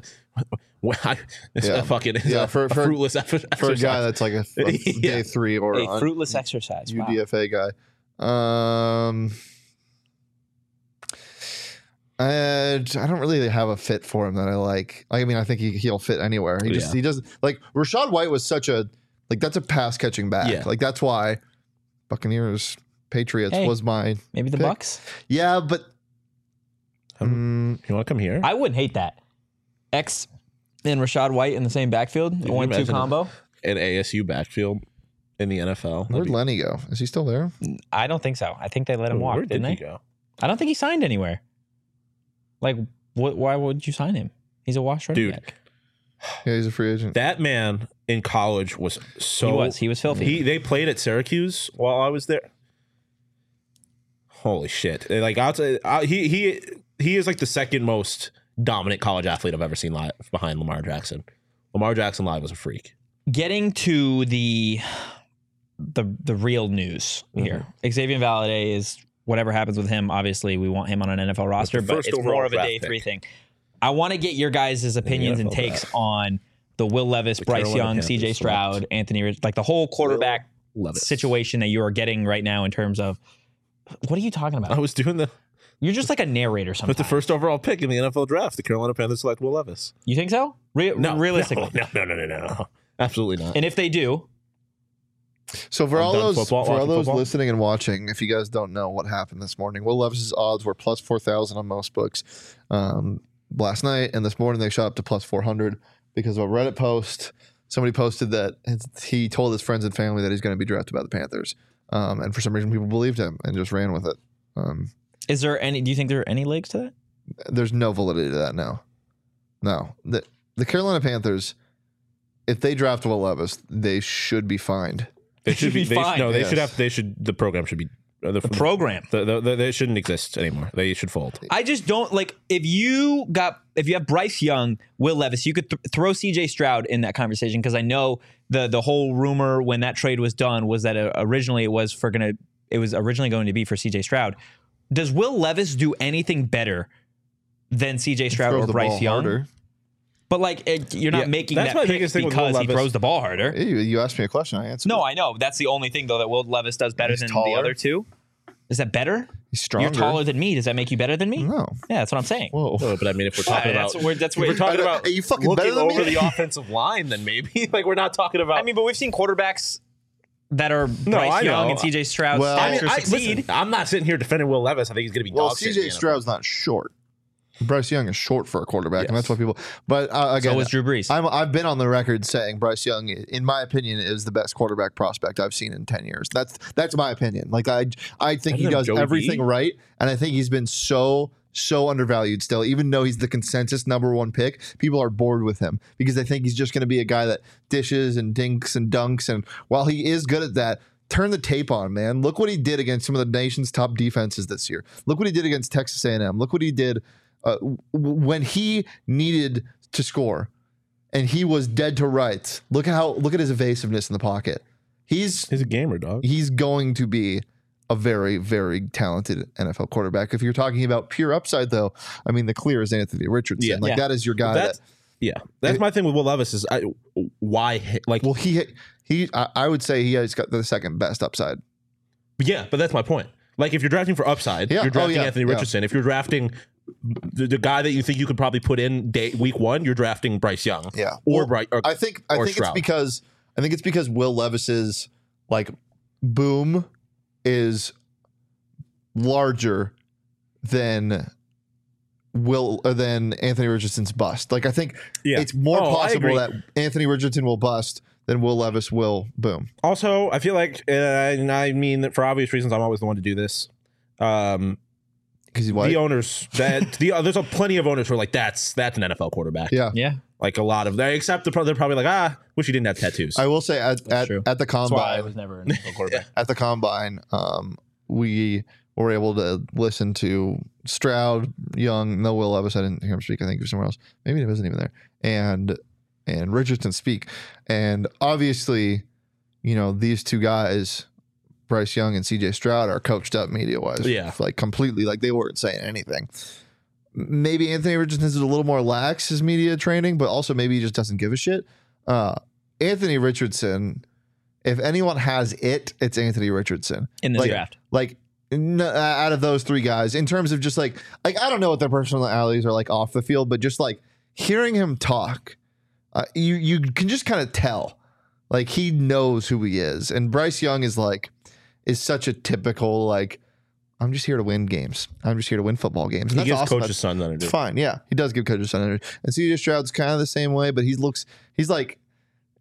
[SPEAKER 3] <laughs> I, it's
[SPEAKER 2] Yeah.
[SPEAKER 3] a fucking it's
[SPEAKER 2] Yeah,
[SPEAKER 3] a,
[SPEAKER 2] for-
[SPEAKER 3] a
[SPEAKER 2] for-
[SPEAKER 3] fruitless effort.
[SPEAKER 2] <laughs> For a guy that's
[SPEAKER 3] <laughs>
[SPEAKER 2] like a, a
[SPEAKER 3] Yeah.
[SPEAKER 2] day three or
[SPEAKER 1] A
[SPEAKER 2] a
[SPEAKER 1] fruitless exercise. Wow.
[SPEAKER 2] UDFA guy. Um, I, I don't really have a fit for him that I like. Like, I mean, I think he, he'll fit anywhere. He just
[SPEAKER 3] Oh, Yeah.
[SPEAKER 2] he doesn't like Rashad White was such a like that's a pass catching back.
[SPEAKER 3] Yeah.
[SPEAKER 2] Like that's why Buccaneers Patriots
[SPEAKER 1] Hey.
[SPEAKER 2] was my
[SPEAKER 1] Maybe the
[SPEAKER 2] Pick.
[SPEAKER 1] Bucks.
[SPEAKER 2] yeah, but mm,
[SPEAKER 3] you want to come here?
[SPEAKER 1] I wouldn't hate that. X and Rashad White in the same backfield, the
[SPEAKER 3] you
[SPEAKER 1] one-two
[SPEAKER 3] imagine?
[SPEAKER 1] combo.
[SPEAKER 3] An ASU backfield in the NFL. That'd
[SPEAKER 2] where'd
[SPEAKER 3] be-
[SPEAKER 2] Lenny go? Is he still there?
[SPEAKER 1] I don't think so. I think they let him
[SPEAKER 3] Ooh,
[SPEAKER 1] walk,
[SPEAKER 3] where
[SPEAKER 1] didn't
[SPEAKER 3] he
[SPEAKER 1] they?
[SPEAKER 3] go?
[SPEAKER 1] I don't think he signed anywhere. Like, what? Why would you sign him? He's a wash running
[SPEAKER 3] Dude,
[SPEAKER 1] back.
[SPEAKER 2] Yeah, he's a free agent.
[SPEAKER 3] That man in college was so
[SPEAKER 1] he was. He was filthy.
[SPEAKER 3] He they played at Syracuse while I was there. Holy shit! And, Like outside, I, he he he is like the second most dominant college athlete I've ever seen live behind Lamar Jackson. Lamar Jackson live was a freak.
[SPEAKER 1] Getting to the the the real news
[SPEAKER 3] Mm-hmm.
[SPEAKER 1] here. Xavier Valade is whatever happens with him. Obviously, we want him on an NFL roster, but
[SPEAKER 3] first
[SPEAKER 1] it's
[SPEAKER 3] overall
[SPEAKER 1] more of a
[SPEAKER 3] draft
[SPEAKER 1] day
[SPEAKER 3] pick.
[SPEAKER 1] three thing. I want to get your guys' opinions and
[SPEAKER 3] NFL
[SPEAKER 1] takes on the Will Levis,
[SPEAKER 3] The
[SPEAKER 1] Bryce
[SPEAKER 3] Carolina
[SPEAKER 1] Young,
[SPEAKER 3] Panthers
[SPEAKER 1] C.J.
[SPEAKER 3] select.
[SPEAKER 1] Stroud, Anthony, Rich- like the whole quarterback
[SPEAKER 3] Love it.
[SPEAKER 1] situation that you are getting right now in terms of what are you talking
[SPEAKER 3] I
[SPEAKER 1] about?
[SPEAKER 3] was doing the
[SPEAKER 1] You're just like a narrator.
[SPEAKER 3] with
[SPEAKER 1] Sometimes
[SPEAKER 3] the first overall pick in the NFL draft. The Carolina Panthers select Will Levis.
[SPEAKER 1] You think so? Re-
[SPEAKER 3] No, <laughs>
[SPEAKER 1] realistically.
[SPEAKER 3] no, no, no, no, no, absolutely not.
[SPEAKER 1] And if they do,
[SPEAKER 2] So for
[SPEAKER 3] I'm
[SPEAKER 2] all
[SPEAKER 3] done
[SPEAKER 2] those
[SPEAKER 3] football,
[SPEAKER 2] for all
[SPEAKER 3] watching
[SPEAKER 2] those
[SPEAKER 3] football.
[SPEAKER 2] listening and watching, if you guys don't know what happened this morning, Will Levis's odds were plus four thousand on most books um, last night, and this morning they shot up to plus four hundred because of a Reddit post. Somebody posted that it's- he told his friends and family that he's going to be drafted by the Panthers, um, and for some reason people believed him and just ran with it. Um,
[SPEAKER 1] is there any? Do you think there are any legs to that?
[SPEAKER 2] there's no validity to that now. No, the the Carolina Panthers, if they draft Will Levis, they should be fined.
[SPEAKER 3] They
[SPEAKER 1] It
[SPEAKER 3] should
[SPEAKER 1] should
[SPEAKER 3] be.
[SPEAKER 1] be
[SPEAKER 3] They, sh-
[SPEAKER 1] fine.
[SPEAKER 3] no, they
[SPEAKER 2] Yes.
[SPEAKER 3] should have. They should. The program should be. uh, The,
[SPEAKER 1] program.
[SPEAKER 3] the- the- the- they shouldn't exist anymore. They should fold.
[SPEAKER 1] I just don't like if you got if you have Bryce Young, Will Levis, you could th- throw C.J. Stroud in that conversation because I know the the whole rumor when that trade was done was that uh originally it was for gonna it was originally going to be for C.J. Stroud. Does Will Levis do anything better than C.J. Stroud
[SPEAKER 2] Throws
[SPEAKER 1] or
[SPEAKER 2] the ball
[SPEAKER 1] Bryce Young?
[SPEAKER 2] harder.
[SPEAKER 1] But like it, you're
[SPEAKER 3] Yeah,
[SPEAKER 1] not making
[SPEAKER 3] that's
[SPEAKER 1] that
[SPEAKER 3] my
[SPEAKER 1] pick
[SPEAKER 3] biggest thing with Will
[SPEAKER 1] because he
[SPEAKER 3] Levis.
[SPEAKER 1] throws the ball harder.
[SPEAKER 2] You, you asked me a question, I answered.
[SPEAKER 1] No,
[SPEAKER 2] it.
[SPEAKER 1] I know. That's the only thing though that Will Levis does better
[SPEAKER 2] He's
[SPEAKER 1] than the
[SPEAKER 2] taller.
[SPEAKER 1] other two. Is that better?
[SPEAKER 2] he's stronger.
[SPEAKER 1] You're taller than me. Does that make you better than me?
[SPEAKER 2] No.
[SPEAKER 1] Yeah, that's what I'm saying.
[SPEAKER 2] Whoa.
[SPEAKER 3] No, Oh, but I mean, if we're
[SPEAKER 1] Yeah,
[SPEAKER 3] talking about,
[SPEAKER 1] that's what we're- that's
[SPEAKER 3] if we're
[SPEAKER 1] what-
[SPEAKER 3] talking
[SPEAKER 2] <laughs>
[SPEAKER 3] about
[SPEAKER 2] Are you fucking
[SPEAKER 3] looking
[SPEAKER 2] better than me?
[SPEAKER 3] over the offensive line, then maybe <laughs> like we're not talking about.
[SPEAKER 1] I mean, but we've seen quarterbacks that are
[SPEAKER 3] No,
[SPEAKER 1] Bryce
[SPEAKER 3] I
[SPEAKER 1] Young
[SPEAKER 3] know.
[SPEAKER 1] and CJ Stroud
[SPEAKER 2] Well- I
[SPEAKER 3] I
[SPEAKER 1] stature
[SPEAKER 2] mean,
[SPEAKER 3] I-
[SPEAKER 1] succeed.
[SPEAKER 3] listen, I'm not sitting here defending Will Levis. I think he's going to be.
[SPEAKER 2] <laughs> Well,
[SPEAKER 3] dog shit in the
[SPEAKER 2] CJ
[SPEAKER 3] NFL.
[SPEAKER 2] Stroud's not short. Bryce Young is short for a quarterback, and
[SPEAKER 3] Yes.
[SPEAKER 2] that's why people. But uh,
[SPEAKER 1] so
[SPEAKER 2] again,
[SPEAKER 1] was Drew Brees.
[SPEAKER 2] I'm, I've been on the record saying Bryce Young, in my opinion, is the best quarterback prospect I've seen in ten years. That's that's my opinion. Like I, I think he
[SPEAKER 3] Better than
[SPEAKER 2] does
[SPEAKER 3] Joey B?
[SPEAKER 2] everything right, and I think he's been so so undervalued still. Even though he's the consensus number one pick, people are bored with him because they think he's just going to be a guy that dishes and dinks and dunks. And while he is good at that. Turn the tape on, man. Look what he did against some of the nation's top defenses this year. Look what he did against Texas A&M. Look what he did uh, w- when he needed to score and he was dead to rights. Look at how look at his evasiveness in the pocket. He's
[SPEAKER 3] He's a gamer, dog.
[SPEAKER 2] he's going to be a very very talented NFL quarterback. If you're talking about pure upside, though, I mean the clear is Anthony Richardson.
[SPEAKER 3] Yeah.
[SPEAKER 2] Like
[SPEAKER 1] Yeah.
[SPEAKER 2] that is your guy.
[SPEAKER 3] That's
[SPEAKER 2] that,
[SPEAKER 3] yeah. That's
[SPEAKER 2] It-
[SPEAKER 3] my thing with Will Levis is I, why hi- like
[SPEAKER 2] well, he he I, I would say he has got the second best upside.
[SPEAKER 3] yeah, but that's my point. Like if you're drafting for upside,
[SPEAKER 2] Yeah.
[SPEAKER 3] you're
[SPEAKER 2] Oh,
[SPEAKER 3] drafting
[SPEAKER 2] yeah.
[SPEAKER 3] Anthony
[SPEAKER 2] Yeah.
[SPEAKER 3] Richardson. If you're drafting the, the guy that you think you could probably put in day week one, you're drafting Bryce Young
[SPEAKER 2] Yeah.
[SPEAKER 3] or
[SPEAKER 2] Well,
[SPEAKER 3] Bryce. Or,
[SPEAKER 2] I think I
[SPEAKER 3] or
[SPEAKER 2] think
[SPEAKER 3] Stroud.
[SPEAKER 2] it's because I think it's because Will Levis's like boom is larger than will uh, than Anthony Richardson's bust. Like I think
[SPEAKER 3] Yeah.
[SPEAKER 2] it's more
[SPEAKER 3] Oh, I
[SPEAKER 2] possible
[SPEAKER 3] agree.
[SPEAKER 2] that Anthony Richardson will bust than Will Levis will boom.
[SPEAKER 3] Also, I feel like, uh, and I mean that for obvious reasons, I'm always the one to do this. Um,
[SPEAKER 2] Because he's white.
[SPEAKER 3] the owners that the uh, there's a plenty of owners who are like that's that's an NFL quarterback.
[SPEAKER 2] yeah.
[SPEAKER 1] Yeah.
[SPEAKER 3] like a lot of them. Except the, pro- they're probably like ah, wish he didn't have tattoos.
[SPEAKER 2] I will say at at,
[SPEAKER 1] true.
[SPEAKER 2] at the
[SPEAKER 1] That's why I
[SPEAKER 2] combine
[SPEAKER 1] was never an NFL quarterback.
[SPEAKER 2] at the combine, um, we were able to listen to Stroud, Young, no Will Levis. I didn't hear him speak. I think he was somewhere else. Maybe he wasn't even there. And and Richardson speak. And obviously, you know these two guys, Bryce Young and C.J. Stroud, are coached up media wise.
[SPEAKER 3] Yeah.
[SPEAKER 2] like completely. Like they weren't saying anything. Maybe Anthony Richardson is a little more lax his media training, but also maybe he just doesn't give a shit. Uh, Anthony Richardson, if anyone has it, it's Anthony Richardson.
[SPEAKER 1] In this
[SPEAKER 2] Like-
[SPEAKER 1] draft.
[SPEAKER 2] Like n- uh, out of those three guys, in terms of just like like I don't know what their personalities are like off the field, but just like hearing him talk, uh, you you can just kind of tell, like he knows who he is. And Bryce Young is like is such a typical like I'm just here to win games. I'm just here to win football games.
[SPEAKER 3] he
[SPEAKER 2] And
[SPEAKER 3] gives
[SPEAKER 2] awesome.
[SPEAKER 3] coach's son that
[SPEAKER 2] It's
[SPEAKER 3] dude.
[SPEAKER 2] fine. Yeah, he does give coaches some energy. And CJ Stroud's kind of the same way, but he looks he's like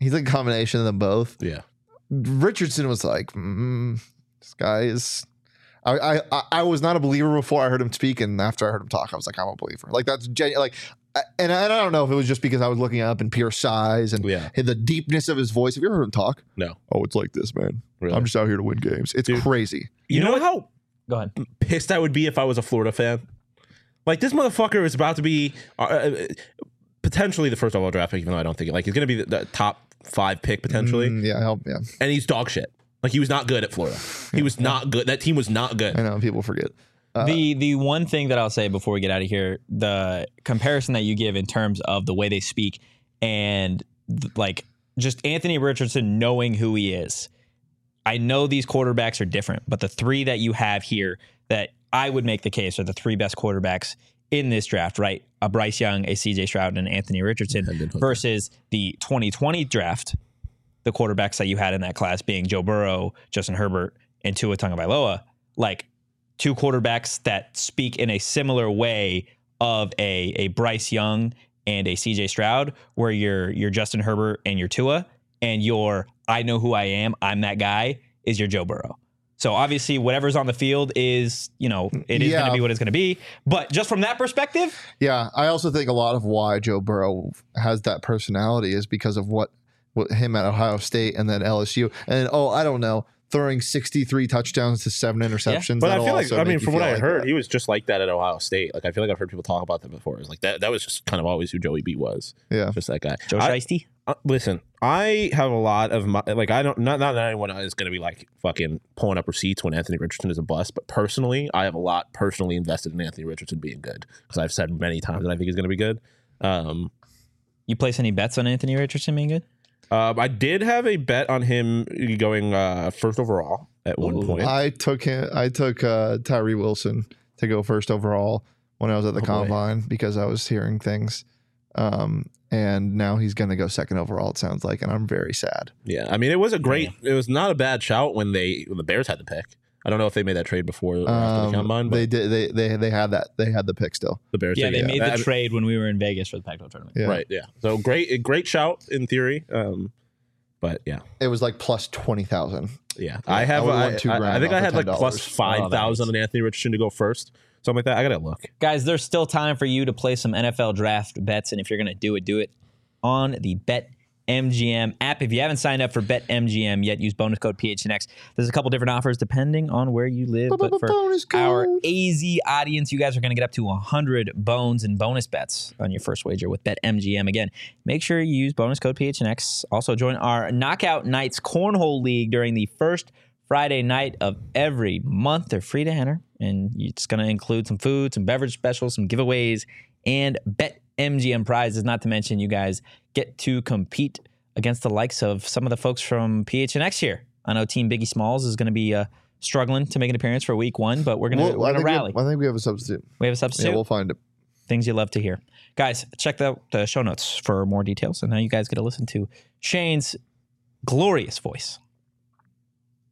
[SPEAKER 2] he's like a combination of them both.
[SPEAKER 3] Yeah,
[SPEAKER 2] Richardson was like, mm, this guy is. I, I I- I was not a believer before I heard him speak, and after I heard him talk, I was like, I'm a believer. Like that's genu- like, I- and I, and I don't know if it was just because I was looking up in pure size and
[SPEAKER 3] yeah,
[SPEAKER 2] the deepness of his voice. Have you ever heard him talk?
[SPEAKER 3] No.
[SPEAKER 2] Oh, it's like this, man.
[SPEAKER 3] really.
[SPEAKER 2] I'm just out here to win games. It's
[SPEAKER 3] Dude.
[SPEAKER 2] crazy.
[SPEAKER 3] you, know, how
[SPEAKER 1] Go ahead.
[SPEAKER 3] pissed I would be if I was a Florida fan. Like this motherfucker is about to be uh, uh, potentially the first overall draft pick, even though I don't think it. Like he's gonna be the, the top five pick potentially,
[SPEAKER 2] Mm, yeah, help. Yeah,
[SPEAKER 3] and he's dog shit. Like he was not good at Florida. He was not good. That team was not good.
[SPEAKER 2] I know people forget. Uh,
[SPEAKER 1] the the one thing that I'll say before we get out of here, the comparison that you give in terms of the way they speak and th- like just Anthony Richardson knowing who he is. I know these quarterbacks are different, but the three that you have here that I would make the case are the three best quarterbacks in this draft, right? A Bryce Young, a CJ Stroud, and an Anthony Richardson versus the 2020 draft, the quarterbacks that you had in that class being Joe Burrow, Justin Herbert, and Tua Tagovailoa. Like two quarterbacks that speak in a similar way of a a Bryce Young and a CJ Stroud, where you're you're Justin Herbert and your Tua, and your I know who I am, I'm that guy, is your Joe Burrow. So obviously, whatever's on the field is, you know, it is going
[SPEAKER 2] Yeah.
[SPEAKER 1] to be what it's going to be. But just from that perspective,
[SPEAKER 2] Yeah, I also think a lot of why Joe Burrow has that personality is because of what, what him at Ohio State and then LSU and oh I don't know throwing sixty three touchdowns to seven interceptions.
[SPEAKER 3] But I
[SPEAKER 2] that'll
[SPEAKER 3] feel like
[SPEAKER 2] also
[SPEAKER 3] I
[SPEAKER 2] make
[SPEAKER 3] mean,
[SPEAKER 2] you
[SPEAKER 3] from what
[SPEAKER 2] feel
[SPEAKER 3] I
[SPEAKER 2] like
[SPEAKER 3] heard,
[SPEAKER 2] that.
[SPEAKER 3] he was just like that at Ohio State. Like I feel like I've heard people talk about that before. It's like that that was just kind of always who Joey B was.
[SPEAKER 2] yeah,
[SPEAKER 3] Just that guy.
[SPEAKER 1] Joe
[SPEAKER 3] I-
[SPEAKER 1] Shiesty,
[SPEAKER 3] uh, listen, I have a lot of my like I don't not not that anyone is going to be like fucking pulling up receipts when Anthony Richardson is a bust, but personally, I have a lot personally invested in Anthony Richardson being good because I've said many times that I think he's going to be good. Um,
[SPEAKER 1] you place any bets on Anthony Richardson being good?
[SPEAKER 3] um, I did have a bet on him going uh, first overall at one
[SPEAKER 1] Ooh.
[SPEAKER 3] point.
[SPEAKER 2] I took him. I took uh, Tyree Wilson to go first overall when I was at the
[SPEAKER 3] Oh, boy.
[SPEAKER 2] combine because I was hearing things, um, and now he's going to go second overall. It sounds like, and I'm very sad.
[SPEAKER 3] yeah, I mean it was a great, it was not a bad shout when they when the Bears had the pick. I don't know if they made that trade before or after
[SPEAKER 2] Um,
[SPEAKER 3] the combine, but
[SPEAKER 2] they did. They they they had that. They had the pick still.
[SPEAKER 3] the Bears.
[SPEAKER 1] Yeah,
[SPEAKER 3] did,
[SPEAKER 1] they made
[SPEAKER 3] I-
[SPEAKER 1] the trade when we were in Vegas for the Pac-12 tournament.
[SPEAKER 2] Yeah.
[SPEAKER 3] Right. Yeah. So great, a great shout in theory. Um, but yeah,
[SPEAKER 2] It was like plus twenty thousand.
[SPEAKER 3] yeah. I have.
[SPEAKER 2] would've
[SPEAKER 3] I,
[SPEAKER 2] won two
[SPEAKER 3] I- I
[SPEAKER 2] grand
[SPEAKER 3] think
[SPEAKER 2] off
[SPEAKER 3] I
[SPEAKER 2] the
[SPEAKER 3] had like plus
[SPEAKER 2] $10.
[SPEAKER 3] five
[SPEAKER 1] Oh,
[SPEAKER 3] thousand on Anthony Richardson to go first, something like that. I gotta look.
[SPEAKER 1] Guys, there's still time for you to play some NFL draft bets, and if you're going to do it, do it on the Bet MGM app. If you haven't signed up for Bet MGM yet, use bonus code PHNX. There's a couple different offers depending on where you live, but for
[SPEAKER 2] Bonus
[SPEAKER 1] our
[SPEAKER 2] code.
[SPEAKER 1] AZ audience, you guys are going to get up to 100 bones and bonus bets on your first wager with BetMGM. Again, make sure you use bonus code PHNX. Also, join our Knockout Nights Cornhole League during the first Friday night of every month. They're free to enter, and it's going to include some food, some beverage specials, some giveaways, and BetMGM prizes. Not to mention, you guys get to compete against the likes of some of the folks from PHNX here. I know Team Biggie Smalls is going to be uh, struggling to make an appearance for Week One, but we're going to
[SPEAKER 2] Well,
[SPEAKER 1] we're
[SPEAKER 2] I
[SPEAKER 1] going
[SPEAKER 2] think
[SPEAKER 1] to
[SPEAKER 2] we have-
[SPEAKER 1] rally.
[SPEAKER 2] I think we have a substitute.
[SPEAKER 1] we have a substitute.
[SPEAKER 2] Yeah, we'll find it.
[SPEAKER 1] Things you love to hear, guys. Check out the show notes for more details. And now you guys get to listen to Shane's glorious voice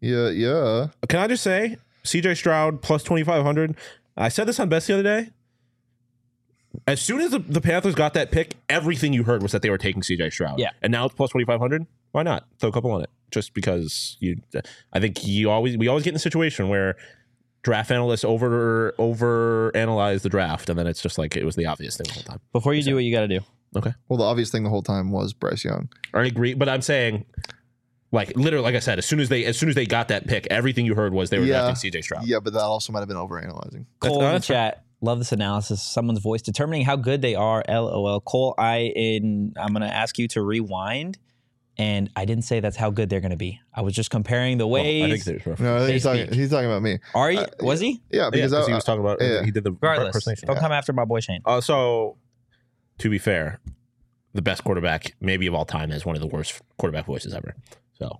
[SPEAKER 2] Yeah, yeah.
[SPEAKER 3] Can I just say, CJ Stroud plus 2,500. I said this on Best the other day. As soon as the, the Panthers got that pick, everything you heard was that they were taking CJ Stroud.
[SPEAKER 1] Yeah.
[SPEAKER 3] And now it's plus 2,500. Why not? Throw a couple on it. Just because you, I think you always, we always get in a situation where draft analysts over, over analyze the draft. And then it's just like, it was the obvious thing the whole time.
[SPEAKER 1] Before you do what you got to do.
[SPEAKER 3] Okay.
[SPEAKER 2] Well, the obvious thing the whole time was Bryce Young.
[SPEAKER 3] I agree. But I'm saying, like literally, like I said, as soon as they, as soon as they got that pick, everything you heard was they were
[SPEAKER 2] Yeah.
[SPEAKER 3] drafting CJ Stroud.
[SPEAKER 2] Yeah, but that also might have been overanalyzing.
[SPEAKER 3] That's-
[SPEAKER 1] Cole
[SPEAKER 3] no,
[SPEAKER 1] in the
[SPEAKER 3] that's fair.
[SPEAKER 1] chat. Love this analysis. Someone's voice determining how good they are. LOL. Cole, I in I'm gonna ask you to rewind, and I didn't say that's how good they're gonna be. I was just comparing the
[SPEAKER 3] Well, I
[SPEAKER 1] ways.
[SPEAKER 3] think there's
[SPEAKER 2] No, I think
[SPEAKER 1] They
[SPEAKER 2] he's talking,
[SPEAKER 1] speak.
[SPEAKER 2] he's talking about me.
[SPEAKER 1] Are you?
[SPEAKER 2] uh,
[SPEAKER 1] was he?
[SPEAKER 2] Yeah, because
[SPEAKER 3] yeah,
[SPEAKER 2] I,
[SPEAKER 3] because he was talking about
[SPEAKER 2] yeah.
[SPEAKER 3] he did the
[SPEAKER 1] Regardless,
[SPEAKER 3] impersonation.
[SPEAKER 1] don't come after my boy Shane.
[SPEAKER 3] Uh, so, to be fair, the best quarterback maybe of all time has one of the worst quarterback voices ever. So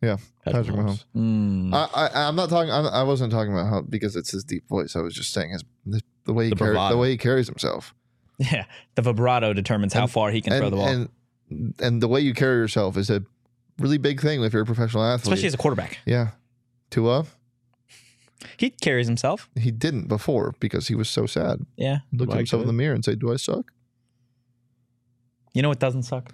[SPEAKER 2] Yeah, Patrick Mahomes.
[SPEAKER 1] Mm.
[SPEAKER 2] I, I, I'm not talking. I'm, I wasn't talking about how because it's his deep voice. I was just saying his the, the way he
[SPEAKER 3] The
[SPEAKER 2] carries the
[SPEAKER 3] bravado.
[SPEAKER 2] way he carries himself
[SPEAKER 1] <laughs> yeah, the vibrato determines how
[SPEAKER 2] And-
[SPEAKER 1] far he can throw
[SPEAKER 2] and
[SPEAKER 1] the ball,
[SPEAKER 2] and and the way you carry yourself is a really big thing if you're a professional athlete.
[SPEAKER 1] especially as a quarterback.
[SPEAKER 2] yeah, Tua
[SPEAKER 1] He carries himself.
[SPEAKER 2] he didn't before because he was so sad.
[SPEAKER 1] Yeah,
[SPEAKER 2] He looked at
[SPEAKER 3] Like
[SPEAKER 2] himself in
[SPEAKER 3] that.
[SPEAKER 2] the mirror and said, "Do I suck?"
[SPEAKER 1] you know what doesn't suck?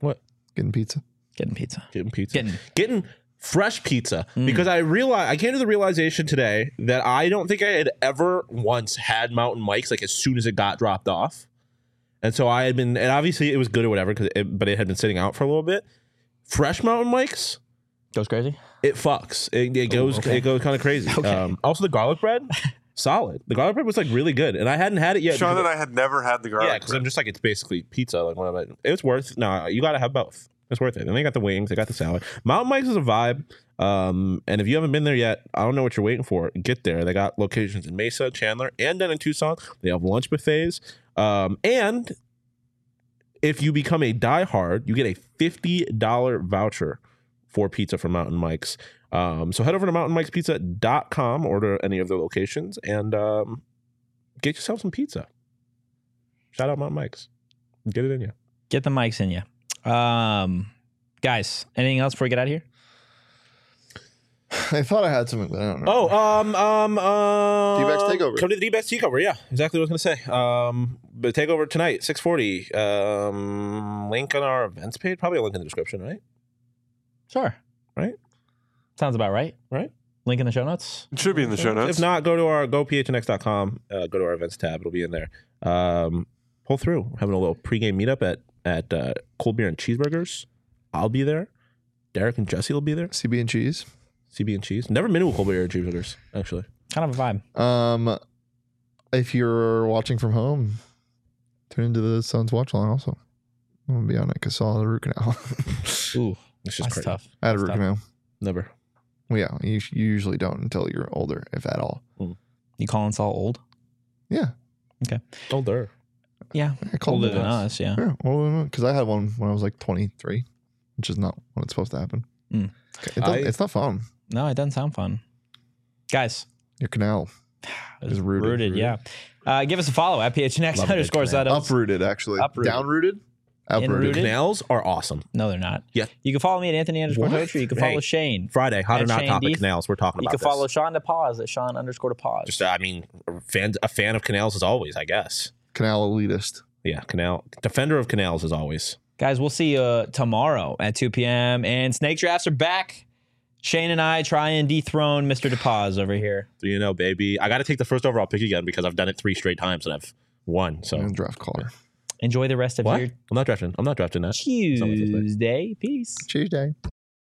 [SPEAKER 3] what
[SPEAKER 2] Getting pizza. <laughs>
[SPEAKER 1] Getting pizza.
[SPEAKER 3] getting pizza?
[SPEAKER 1] Getting
[SPEAKER 3] Getting fresh pizza because I realized I came to the realization today that I don't think I had ever once had Mountain Mike's like as soon as it got dropped off, and so I had been and obviously it was good or whatever, 'cause it, but it had been sitting out for a little bit. Fresh Mountain Mike's.
[SPEAKER 1] goes crazy.
[SPEAKER 3] it fucks. It, it goes
[SPEAKER 1] okay.
[SPEAKER 3] it goes kind of crazy.
[SPEAKER 1] <laughs> Okay.
[SPEAKER 3] Um, also, the garlic bread,
[SPEAKER 1] <laughs>
[SPEAKER 3] solid. The garlic bread was like really good, and I hadn't had it yet.
[SPEAKER 4] Sean
[SPEAKER 3] because-
[SPEAKER 4] and I had never had the
[SPEAKER 3] yeah,
[SPEAKER 4] garlic.
[SPEAKER 3] because I'm
[SPEAKER 4] bread.
[SPEAKER 3] just like it's basically pizza. Like when I'm, it's worth. No, you got to have both. It's worth it. And they got the wings. They got the salad. Mountain Mike's is a vibe. Um, and if you haven't been there yet, I don't know what you're waiting for. Get there. They got locations in Mesa, Chandler, and then in Tucson. They have lunch buffets. Um, and if you become a diehard, you get a fifty dollar voucher for pizza from Mountain Mike's. Um, so head over to mountainmikespizza.com, order any of their locations, and um, get yourself some pizza. Shout out Mountain Mike's. Get it in you.
[SPEAKER 1] Get the mics in you, um, guys. Anything else before we get out of here?
[SPEAKER 2] I thought I had something, but I don't know.
[SPEAKER 3] Oh, um, um, um,
[SPEAKER 2] D-backs takeover.
[SPEAKER 3] Come to the D-backs takeover. Yeah, exactly what I was gonna say. Um, the takeover tonight, six forty. Um, link on our events page. Probably a link in the description, right?
[SPEAKER 1] Sure.
[SPEAKER 3] Right?
[SPEAKER 1] Sounds about right.
[SPEAKER 3] Right?
[SPEAKER 1] Link in the show notes.
[SPEAKER 4] It should be in the show notes.
[SPEAKER 3] If not, go to our gophnx.com. Uh, go to our events tab. It'll be in there. Um, pull through. We're having a little pregame meetup at at uh, Cold Beer and Cheeseburgers. I'll be there. Derek and Jesse will be there.
[SPEAKER 2] CB and cheese.
[SPEAKER 3] CB and Cheese. Never been to a Cold Beer and Cheeseburgers actually.
[SPEAKER 1] Kind of a vibe.
[SPEAKER 2] Um, if you're watching from home, tune into the Suns watch line also. I'm gonna be on it because I saw the root canal. <laughs>
[SPEAKER 1] Ooh,
[SPEAKER 3] It's just
[SPEAKER 1] that's
[SPEAKER 3] crazy.
[SPEAKER 1] tough.
[SPEAKER 2] I had a
[SPEAKER 1] That's
[SPEAKER 2] root
[SPEAKER 1] tough.
[SPEAKER 2] canal.
[SPEAKER 3] Never.
[SPEAKER 2] Well, yeah, you, you usually don't until you're older, if at all.
[SPEAKER 1] You calling us all old?
[SPEAKER 2] Yeah,
[SPEAKER 3] Older.
[SPEAKER 1] Yeah,
[SPEAKER 2] I called
[SPEAKER 1] older
[SPEAKER 2] it.
[SPEAKER 1] than us. Yeah.
[SPEAKER 2] Yeah, because I had one when I was like 23, which is not when it's supposed to happen.
[SPEAKER 1] Mm.
[SPEAKER 2] It don't-
[SPEAKER 3] I-
[SPEAKER 2] it's not fun.
[SPEAKER 1] No, it doesn't sound fun. Guys,
[SPEAKER 2] Your canal is rooted.
[SPEAKER 1] rooted. Yeah. Uh, give us a follow at phnx
[SPEAKER 3] Love it,
[SPEAKER 1] underscore
[SPEAKER 3] man.
[SPEAKER 1] setup.
[SPEAKER 2] Uprooted, actually.
[SPEAKER 1] Uprooted.
[SPEAKER 2] Downrooted? Uprooted.
[SPEAKER 1] Enrooted?
[SPEAKER 3] Canals are awesome.
[SPEAKER 1] No, they're not.
[SPEAKER 3] Yeah.
[SPEAKER 1] You can follow me at Anthony underscore
[SPEAKER 2] What?
[SPEAKER 1] Totri. You can
[SPEAKER 3] Hey.
[SPEAKER 1] follow Shane.
[SPEAKER 3] Friday, hot
[SPEAKER 1] And
[SPEAKER 3] or not
[SPEAKER 1] Shane
[SPEAKER 3] topic
[SPEAKER 1] Deef.
[SPEAKER 3] canals. We're talking
[SPEAKER 1] You
[SPEAKER 3] about
[SPEAKER 1] can
[SPEAKER 3] this.
[SPEAKER 1] follow Sean to pause at Sean underscore to pause.
[SPEAKER 3] Just, I mean, fans, a fan of canals is always, I guess.
[SPEAKER 2] Canal elitist.
[SPEAKER 3] Yeah, canal defender of canals is always.
[SPEAKER 1] Guys, we'll see you tomorrow at 2 p.m. And snake drafts are back. Shane and I try and dethrone Mr. DePaz over here.
[SPEAKER 3] Three and zero, baby. I got to take the first overall pick again because I've done it three straight times and I've won. So
[SPEAKER 1] Mm.
[SPEAKER 2] And draft caller.
[SPEAKER 1] Enjoy the rest of
[SPEAKER 3] what?
[SPEAKER 1] your
[SPEAKER 3] I'm not drafting. I'm not drafting that. Someone says that.
[SPEAKER 1] Tuesday. Peace.
[SPEAKER 2] Tuesday.